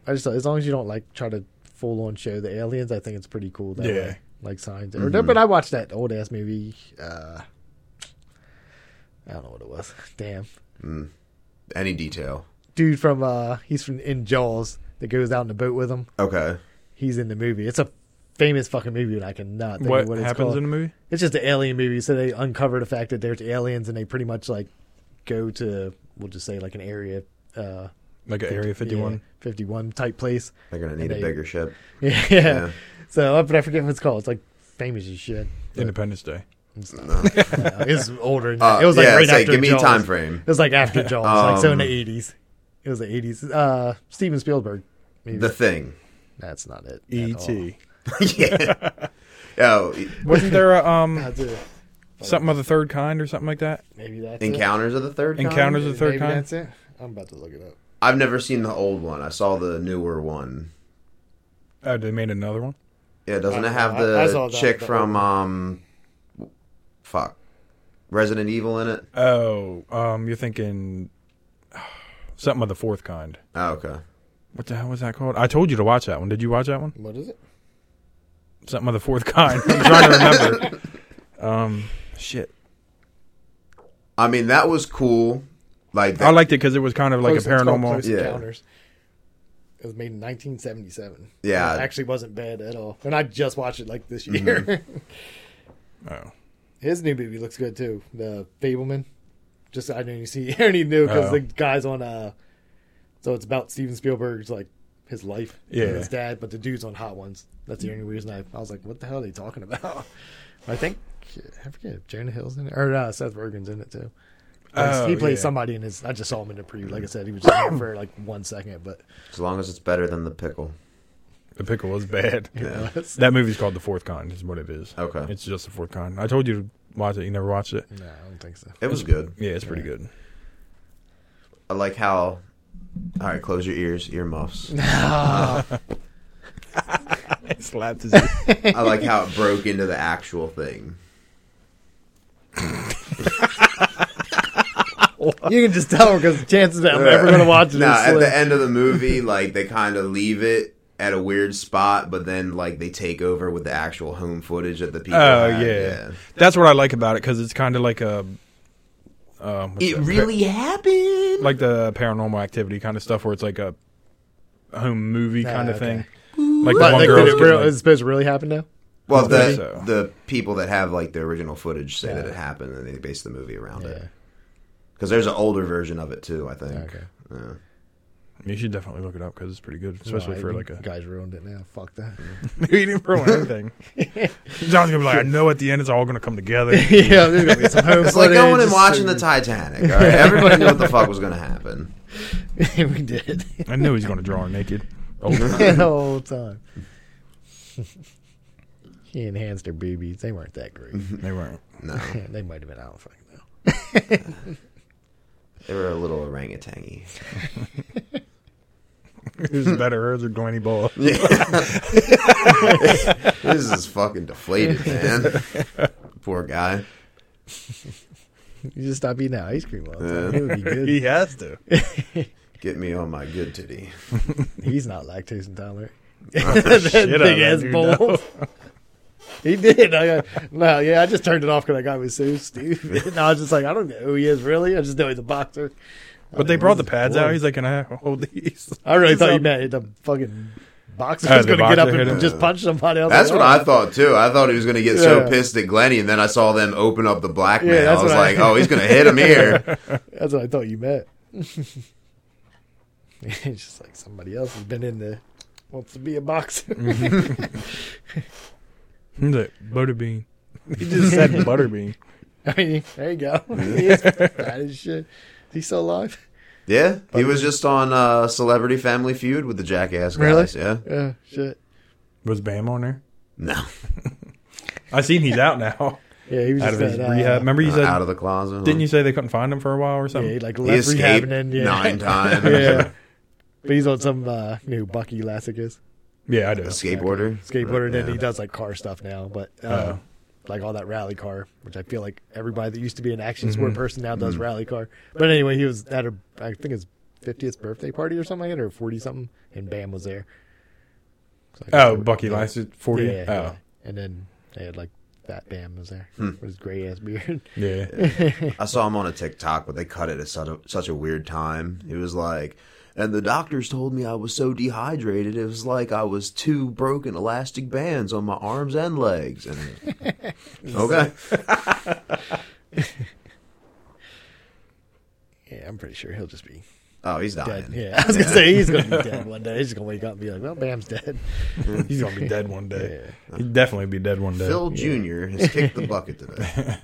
I just thought, as long as you don't like try to full on show the aliens, I think it's pretty cool. That Yeah. Mm-hmm. way. Like signs. Or- But I watched that old ass movie. Uh, I don't know what it was. Damn. Any detail? Dude from, uh, he's from in Jaws that goes out in the boat with him. Okay. he's in the movie. It's a famous fucking movie, and I cannot think What, of what it's happens called. in the movie? it's just an alien movie, so they uncover the fact that there's aliens, and they pretty much like go to we'll just say like an area, uh, Like a Area 51. 51 type place. They're gonna need a they- bigger ship. Yeah. Yeah. So, uh, but I forget what it's called. It's like famous as shit. Independence Day. Uh, it's older. Than Uh, that. It was like yeah, right it's like, after. give me a Jaws. time frame. It was like after Jaws, like so in the Um, 80s. It was the 80s. Uh, Steven Spielberg. Maybe. The Thing. E That's not it. at all. E.T. yeah. Oh, Wasn't there a, um That's it. something of the third kind or something like that? Maybe that's it. Encounters of the Third. Kind? Encounters of the Third Maybe Kind. that's it. I'm about to look it up. I've never seen the old one. I saw the newer one. Oh, they made another one. Yeah, doesn't I- it have Uh, I- I the saw that- chick the old from um, fuck, Resident Evil in it? Oh, um, you're thinking something of the fourth kind. Oh, okay. What the hell was that called? I told you to watch that one. Did you watch that one? What is it? Something of the fourth kind. I'm trying to remember. Um, shit. I mean, that was cool. Like I that, liked it because it was kind of like Close- a Oh, it's called paranormal. Close Yeah. Encounters. It was made in 1977. Yeah. It actually wasn't bad at all. And I just watched it like this year. Mm-hmm. Oh. His new movie looks good too. The Fableman. Just I didn't even see. I already knew because Oh. the guys on. uh So it's about Steven Spielberg's like his life. Yeah. And his dad, but the dude's on Hot Ones. That's the only reason I. I was like, what the hell are they talking about? I think I forget if Jonah Hill's in it or uh, Seth Rogen's in it too. Oh, he plays yeah. somebody in his. I just saw him in the preview. Like I said, he was just in it for like one second, but as long as it's better than the pickle. The pickle was bad. That's- That movie's called The Fourth Kind, is what it is. Okay. It's just The Fourth Kind. I told you to watch it. You never watched it. no, I don't think so. It was good. Yeah, it's pretty good. I like how. All right, close your ears, earmuffs. I slapped his I like how it broke into the actual thing. You can just tell because the chances that I'm ever going to watch it No, is at slim. the end of the movie, like they kind of leave it at a weird spot, but then like they take over with the actual home footage of the people. Oh yeah. had. that's what I like about it because it's kind of like a, uh, what's it that? really happened. like the paranormal activity kind of stuff where it's like a home movie Ah, kind of okay. thing. Like But the one like, girl did is it real, getting, is it supposed to really happen now? Well, the so. the people that have like the original footage say that it happened, and they base the movie around it. 'Cause it. Because there's an older version of it too, I think. Okay. Yeah. like- you should definitely look it up because it's pretty good, especially Well, for you like a. guys ruined it now. Fuck that. you didn't ruin anything. John's gonna be like, I know at the end it's all gonna come together. yeah, there's gonna be some home It's like going and watching the Titanic. All right, everybody knew what the fuck was going to happen. the. we did it I knew he's gonna draw her naked. Oh, the whole time. he enhanced their boobies. They weren't that great. they weren't. No, they might have been out fucking though. they were a little orangutangy. Who's better, hers or Glenny Ball? This is fucking deflated, man. Poor guy. You just stop eating that ice cream all the time. Yeah. It would be good. has to. Get me on my good titty. He's not lactose intolerant. that Oh, I big ass do know. bowl. He did. I got, no, yeah, I just turned it off because that guy was so stupid. no, I was just like, I don't know who he is really. I just know he's a boxer. But they brought the pads out. He's like, "Can I hold these?" I really He's thought you up. meant the fucking boxer Oh, was the going to get up boxer hit and him. just punch somebody else. That's Like, what oh. I thought too. I thought he was going to get so Yeah. pissed at Glenny, and then I saw them open up the black man. Yeah, that's I was what I- like, oh, he's going to hit him here. That's what I thought you meant. it's just like somebody else has been in there, wants to be a boxer. He's like, "Butterbean." He just said butterbean. I mean, there you go. he is fat as shit. Is he still alive? Yeah, he was just on uh, Celebrity Family Feud with the jackass guys. Yeah, Yeah, shit. Was Bam on there? no, I seen he's out now. Yeah, he was out just of his that, uh, rehab. Remember you Uh, said out of the closet. didn't you say they couldn't find him for a while or Yeah, something? he like He left rehab escaped and then yeah. nine times. yeah. But he's on some uh you know who Bucky Lassick is. yeah, I do. A skateboarder. Skateboarder and then Yeah. he does like car stuff now, but uh, Oh. like all that rally car, which I feel like everybody that used to be an action Mm-hmm. sport person now does rally car. But anyway, he was at her I think his fiftieth birthday party or something like that, or forty something, and Bam was there. So, like, Oh, they- Bucky yeah. lasted forty. Yeah, yeah, oh, Hmm. And then they had like Fat Bam was there with his gray ass beard. yeah. I saw him on a TikTok, but they cut it at such a, such a weird time. It was like, and the doctors told me I was so dehydrated. It was like I was two broken elastic bands on my arms and legs. And okay, Yeah, I'm pretty sure he'll just be oh, he's dead. dying. Yeah, I was gonna say he's gonna be dead one day. He's just gonna wake up and be like, "Well, Bam's dead." He's gonna be dead one day. He'd definitely be dead one day. Phil Junior has kicked the bucket today.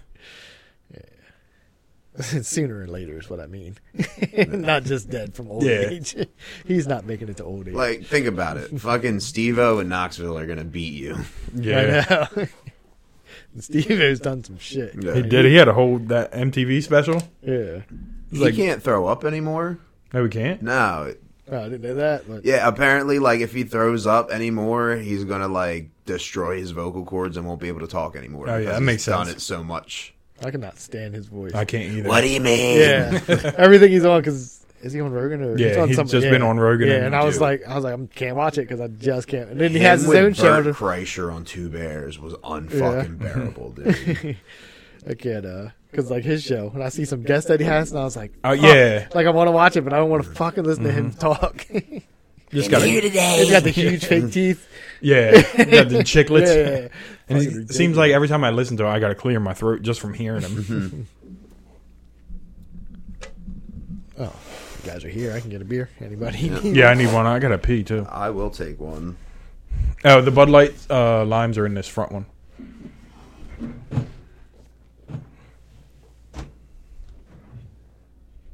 Sooner or later is what I mean. not just dead from old Yeah. age. He's not making it to old age. Like, think about it. Fucking Steve O and Knoxville are gonna beat you. Yeah. I know. Steve has done some shit. Yeah. He did. He had a whole that MTV special. Yeah. He Like- can't throw up anymore. No, we can't. No, it- Oh, I didn't know that. But Yeah, apparently, like if he throws up anymore, he's gonna like destroy his vocal cords and won't be able to talk anymore. Oh, yeah, because that makes he's Done sense. it so much. I cannot stand his voice. I can't either. What do you mean? yeah. Everything he's on because is he on Rogan or Yeah, he's, on he's some- just yeah. been on Rogan Yeah, and and, I was Dude. like, I was like, I can't watch it because I just can't. And then he Him has his with own show. Bert to- Kreischer on Two Bears was unfucking bearable, dude. I can't, uh, because like his show, and I see some guests that he has, and I was like, Oh, yeah. Mm-hmm. like I want to watch it, but I don't want to fucking listen to him talk. he's Just got a, got the huge fake teeth. yeah. You got the Yeah, chiclets. yeah, yeah. And Fucking it seems like every time I listen to it, I got to clear my throat just from hearing him. Oh, You guys are here. I can get a beer. Anybody? yeah, I need one. I got to pee too. I will take one. Oh, the Bud Light uh, limes are in this front one.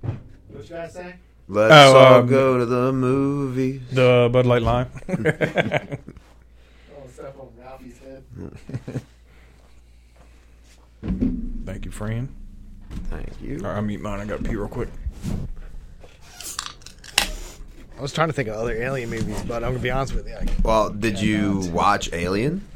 What you guys saying? Let's Oh, all um, go to the movies. The Bud Light lime. Oh, stuff on Ralphie's head. Thank you, friend. Thank you. All right, I'm eating mine. I got to pee real quick. I was trying to think of other alien movies, but I'm gonna be honest with you. Like, Well, did you watch Alien?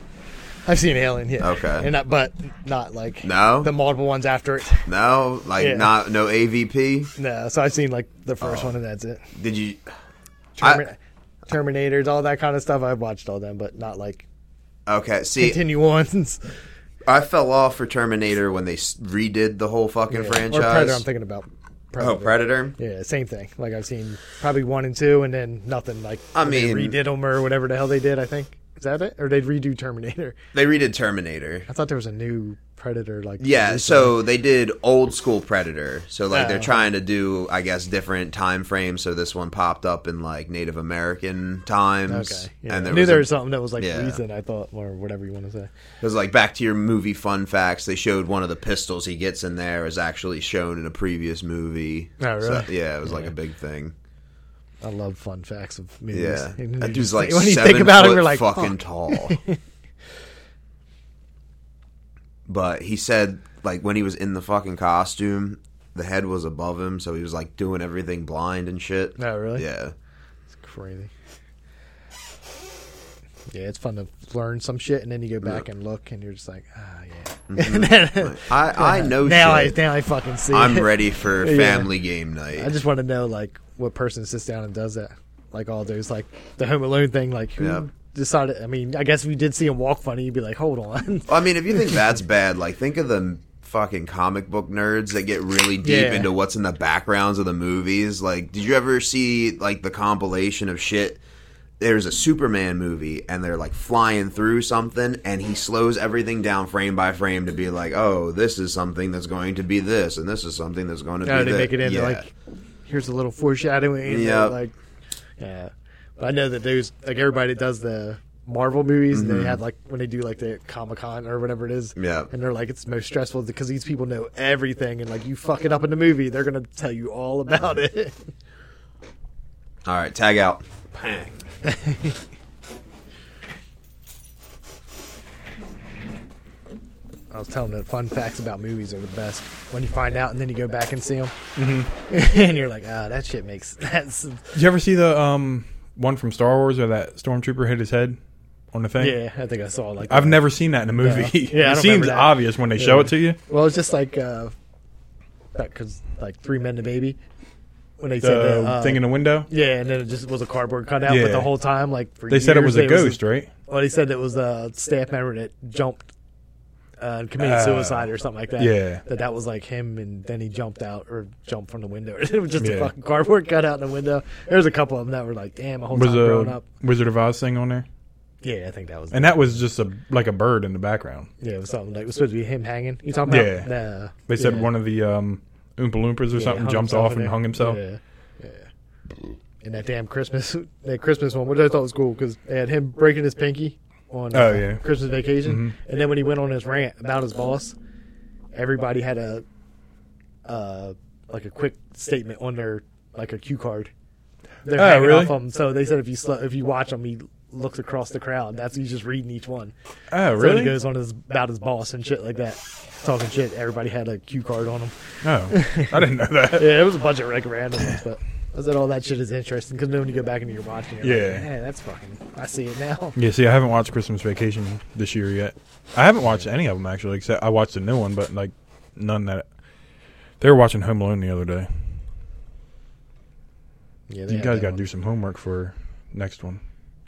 I've seen Alien, yeah. Okay. And not, but not like No? the multiple ones after it. No, like Yeah. not no AVP. No, so I've seen like the first Oh. one and that's it. Did you? Termin- Terminators, all that kind of stuff. I've watched all them, but not like Okay, see, continue ones. I fell off for Terminator when they s- redid the whole fucking Yeah. franchise. Or Predator. I'm thinking about Predator. Oh, Predator. Yeah, same thing. Like I've seen probably one and two, and then nothing. Like I they mean- redid them or whatever the hell they did. I think is that it, or they redo Terminator. They redid Terminator. I thought there was a new Predator. Like Yeah, recently. so they did old school Predator. So like they're Oh. trying to do, I guess, different time frames. So this one popped up in like Native American times. okay, yeah. And I there knew was, there a- was something that was like Yeah. recent. I thought, or whatever you want to say. Because like back to your movie fun facts, they showed one of the pistols he gets in there is actually shown in a previous movie. Oh, So, really? yeah, it was like a big thing. I love fun facts of movies. Yeah, And that you dude's just- like when you seven think about foot it, you're like fuck. fucking tall. but he said like when he was in the fucking costume, the head was above him, so he was like doing everything blind and shit. Oh, really? Yeah. It's crazy. Yeah, it's fun to learn some shit, and then you go back and look, and you're just like, ah, yeah. Mm-hmm. And then- I, I know now I shit. now I fucking see. I, am it. ready for Yeah. family game night. I just want to know like what person sits down and does that, like all those like the Home Alone thing, like who Yeah. decided. I mean, I guess if you did see him walk funny, you'd be like, hold on. I mean, if you think that's bad, like think of the fucking comic book nerds that get really deep Yeah. into what's in the backgrounds of the movies. Like, did you ever see like the compilation of shit? There's a Superman movie, and they're like flying through something, and he slows everything down frame by frame to be like, "Oh, this is something that's going to be this, and this is something that's going to How they be." thi-" make it in? Yeah. They're like, here's a little foreshadowing. Yeah. Yeah. Like, yeah. But I know that there's like everybody that does the Marvel movies, and they have like when they do like the Comic Con or whatever it is. Mm-hmm. Yeah. And they're like, it's the most stressful because these people know everything, and like you fuck it up in the movie, they're gonna tell you all about it. "All right, tag out." Bang. I was telling them that fun facts about movies are the best when you find out and then you go back and see them, mm-hmm. and you're like, ah, that shit makes that's Did you ever see the um one from Star Wars where that stormtrooper hit his head on the thing? yeah. I think I saw like I've never seen that in a movie. Yeah, I it don't seems remember that. obvious when they show Yeah. it to you. Well, it's just like uh, because like three men and a baby when they said the that, uh, thing in the window. yeah, and then it just was a cardboard cutout. Yeah. But the whole time, like for They said it years, was a they ghost, right? Well, they said it was uh, a staff member that jumped uh, and committed Uh, suicide or something like that. yeah. that that was like him, and then he jumped out or jumped from the window. it was just Yeah. a fucking cardboard cutout in the window. There was a couple of them that were like, damn, a whole Was time growing a up. Wizard of Oz thing on there, Yeah, I think that was. and that was just a like a bird in the background. yeah, it was something like it was supposed to be him hanging. You talking about? Yeah. Nah. They said Yeah. one of the um, Oompa Loompas or Yeah, something hung jumped himself off in and there. hung himself. Yeah, yeah. And that damn Christmas, that Christmas one, which I thought was cool because they had him breaking his pinky on uh, Oh, yeah. Mm-hmm. Christmas vacation, and then when he went on his rant about his boss, everybody had a uh, like a quick statement on their like a cue card. Oh, They're hanging really? off 'em. So they said if you sl- if you watch him, he looks across the crowd. That's he's just reading each one. Oh, So really? he goes on his, about his boss and shit like that, talking shit. Everybody had a cue card on him. oh, I didn't know that. Yeah, it was a bunch of like random ones, but I said all that shit is interesting because then when you go back and you're watching it, you're Yeah. like, man, that's fucking. I see it now. Yeah, see, I haven't watched Christmas Vacation this year yet. I haven't watched any of them actually, except I watched the new one, but like none that they were watching Home Alone the other day. Yeah, You guys got to do some homework for next one.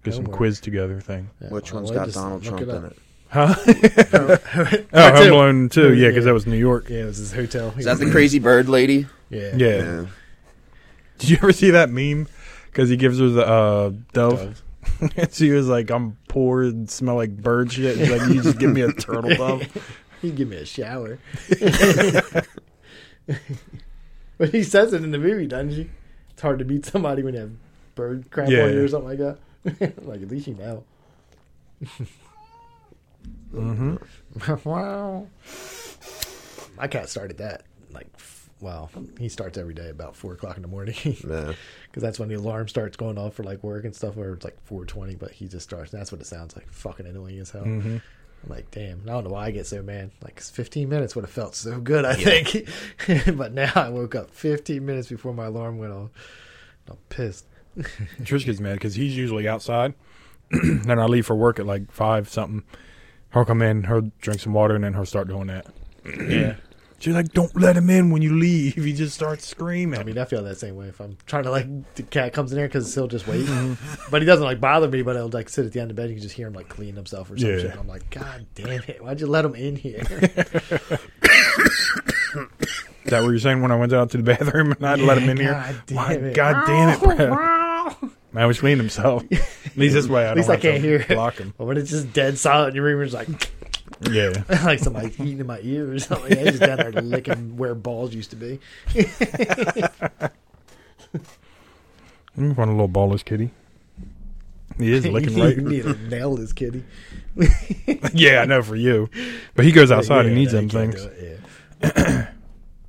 Get some Homework. quiz together thing, Oh, Which one's got Donald Trump in it? huh? it? oh, Home Alone too. Yeah, because that was New York. Yeah, it was his hotel. Is that the crazy bird lady? Yeah. Yeah. Did you ever see that meme? Because he gives her the uh, dove. she was like, "I'm poor and smell like bird shit." She's like, "You just give me a turtle dove." He'd give me a shower. but he says it in the movie, doesn't he? It's hard to beat somebody when you have bird crap Yeah. on you or something like that. like, at least you know. hmm wow. My cat started that. Like, f- well, he starts every day about 4 o'clock in the morning. Because Yeah. that's when the alarm starts going off for, like, work and stuff, where it's, like, 4.20, but he just starts. That's what it sounds like. Fucking annoying as hell. hmm I'm like, damn, I don't know why I get so mad. Like, 'cause 15 minutes would have felt so good, I think. but now I woke up 15 minutes before my alarm went off. I'm pissed. Trish gets mad because he's usually outside. then I leave for work at like five something. He'll come in, he'll drink some water, and then he'll start doing that. Yeah. She's like, "Don't let him in when you leave." He just starts screaming. I mean, I feel that same way. If I'm trying to, like, the cat comes in here because he'll just wait. Mm-hmm. but he doesn't, like, bother me, but he'll, like, sit at the end of bed. You can just hear him, like, clean himself or Yeah. something. I'm like, God damn it. Why'd you let him in here? Is that what you're saying when I went out to the bathroom and I let him in here? God damn Why- it. God damn it, bro. Man, was cleaning himself. At least this way I At least don't I have to can't hear it. block him. but when it's just dead silent in your room, it's like, Yeah. like somebody eating in my ear or something. I just down there licking where balls used to be. You want a little ballless kitty. He is looking right. you need to nail this kitty. yeah, I know for you. But he goes outside Yeah, and needs no, them you can't things. do it, yeah.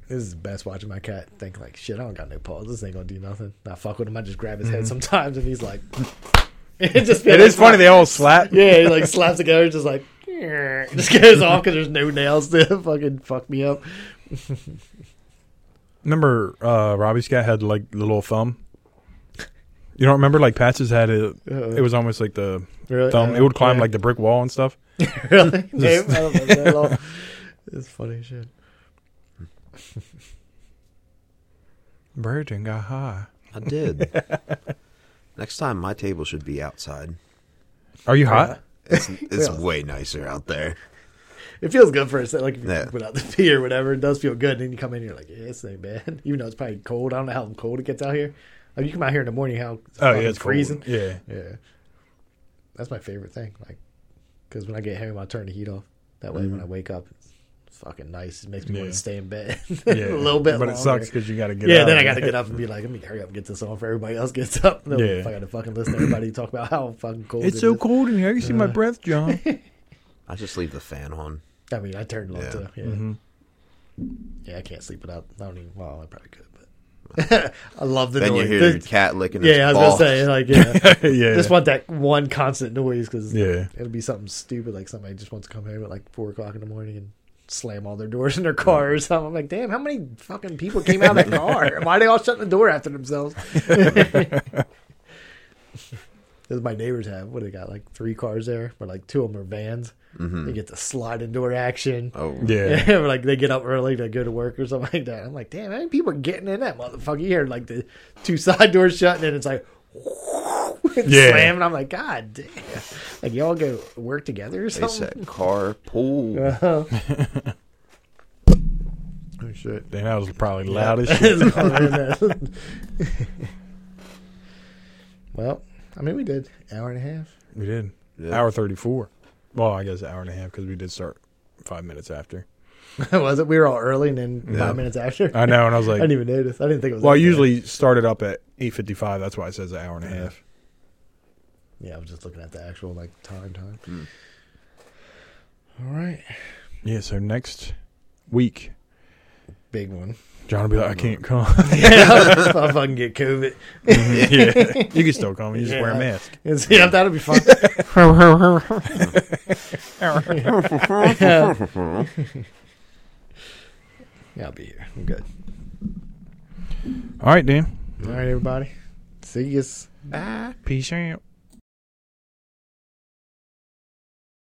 this is best watching my cat think like shit. I don't got no paws. This ain't gonna do nothing. I fuck with him. I just grab his head sometimes, and he's like, it just Mm-hmm. It is funny they all slap. yeah, he like slaps together, just like just goes off because there's no nails to fucking fuck me up. Remember uh, Robbie's cat had like the little thumb? You don't remember like Patches had it Uh-uh. it was almost like the Really? thumb. Uh, It would climb yeah. like the brick wall and stuff. really. Nope, I don't like that at all. It's funny as shit. Virgin got high. I did. Next time, my table should be outside. Are you hot? Oh, It's, it's Yeah. way nicer out there. It feels good for a second, like if you Yeah. put out the pee or whatever. It does feel good. And then you come in, you're like, yeah, this ain't bad. Even though it's probably cold. I don't know how cold it gets out here. Like you come out here in the morning, how Oh fucking yeah, it's cold. freezing. Yeah. Yeah, that's my favorite thing. Like, because when I get home, I turn the heat off. That way, when Mm-hmm. I wake up, it's fucking nice. It makes me want Yeah. to stay in bed yeah. a little bit. But it longer. sucks because you got to get yeah, out then I of got to it. get up and be like, let me hurry up and get this on for everybody else gets up. And then Yeah. if I got to fucking listen to everybody talk about how fucking cold it Uh-huh. It's so is. cold in here. You see my breath, John. I just leave the fan on. I mean, I turned it on Yeah. too. Yeah. Mhm. yeah, I can't sleep without. I don't even. Well, I probably could, but I love the Then you noise. hear The- your cat licking his yeah, I was balls. gonna say like yeah. yeah. Just want that one constant noise because Yeah. it'll be something stupid like somebody just wants to come home at like four o'clock in the morning and slam all their doors in their car or something. I'm like, damn, how many fucking people came out of that car? Why they all shutting the door after themselves? As my neighbors have, what do they got? Like three cars there, but like two of them are vans. Mm-hmm. They get the sliding door action. Oh, Yeah. Yeah, like they get up early to go to work or something like that. I'm like, damn, how many people are getting in that motherfucker? You hear like the two side doors shut and then it's like, Yeah. yeah. slamming. I'm like, God damn. Like, y'all go work together or They something? said carpool. Uh-huh. oh, shit. Damn, that was probably loud as shit. shit. well, I mean, we did hour and a half. We did. Yeah. Hour 34. Well, I guess an hour and a half because we did start five minutes after. was it? We were all early and then Yeah. five minutes after. I, I know, and I was like, didn't even notice. I didn't think it was. well, I that bad. usually started up at 8.55. That's why it says an hour and a half. Yeah, I was just looking at the actual like time time. Hmm. All right, Yeah, so next week, big one. John will be like, I can't come. if I fucking get COVID. yeah, you can still come. You just wear a mask. It's- yeah, that'll be fun. yeah, I'll be here. I'm good. All right, Dan. All right, everybody. See you. Peace out.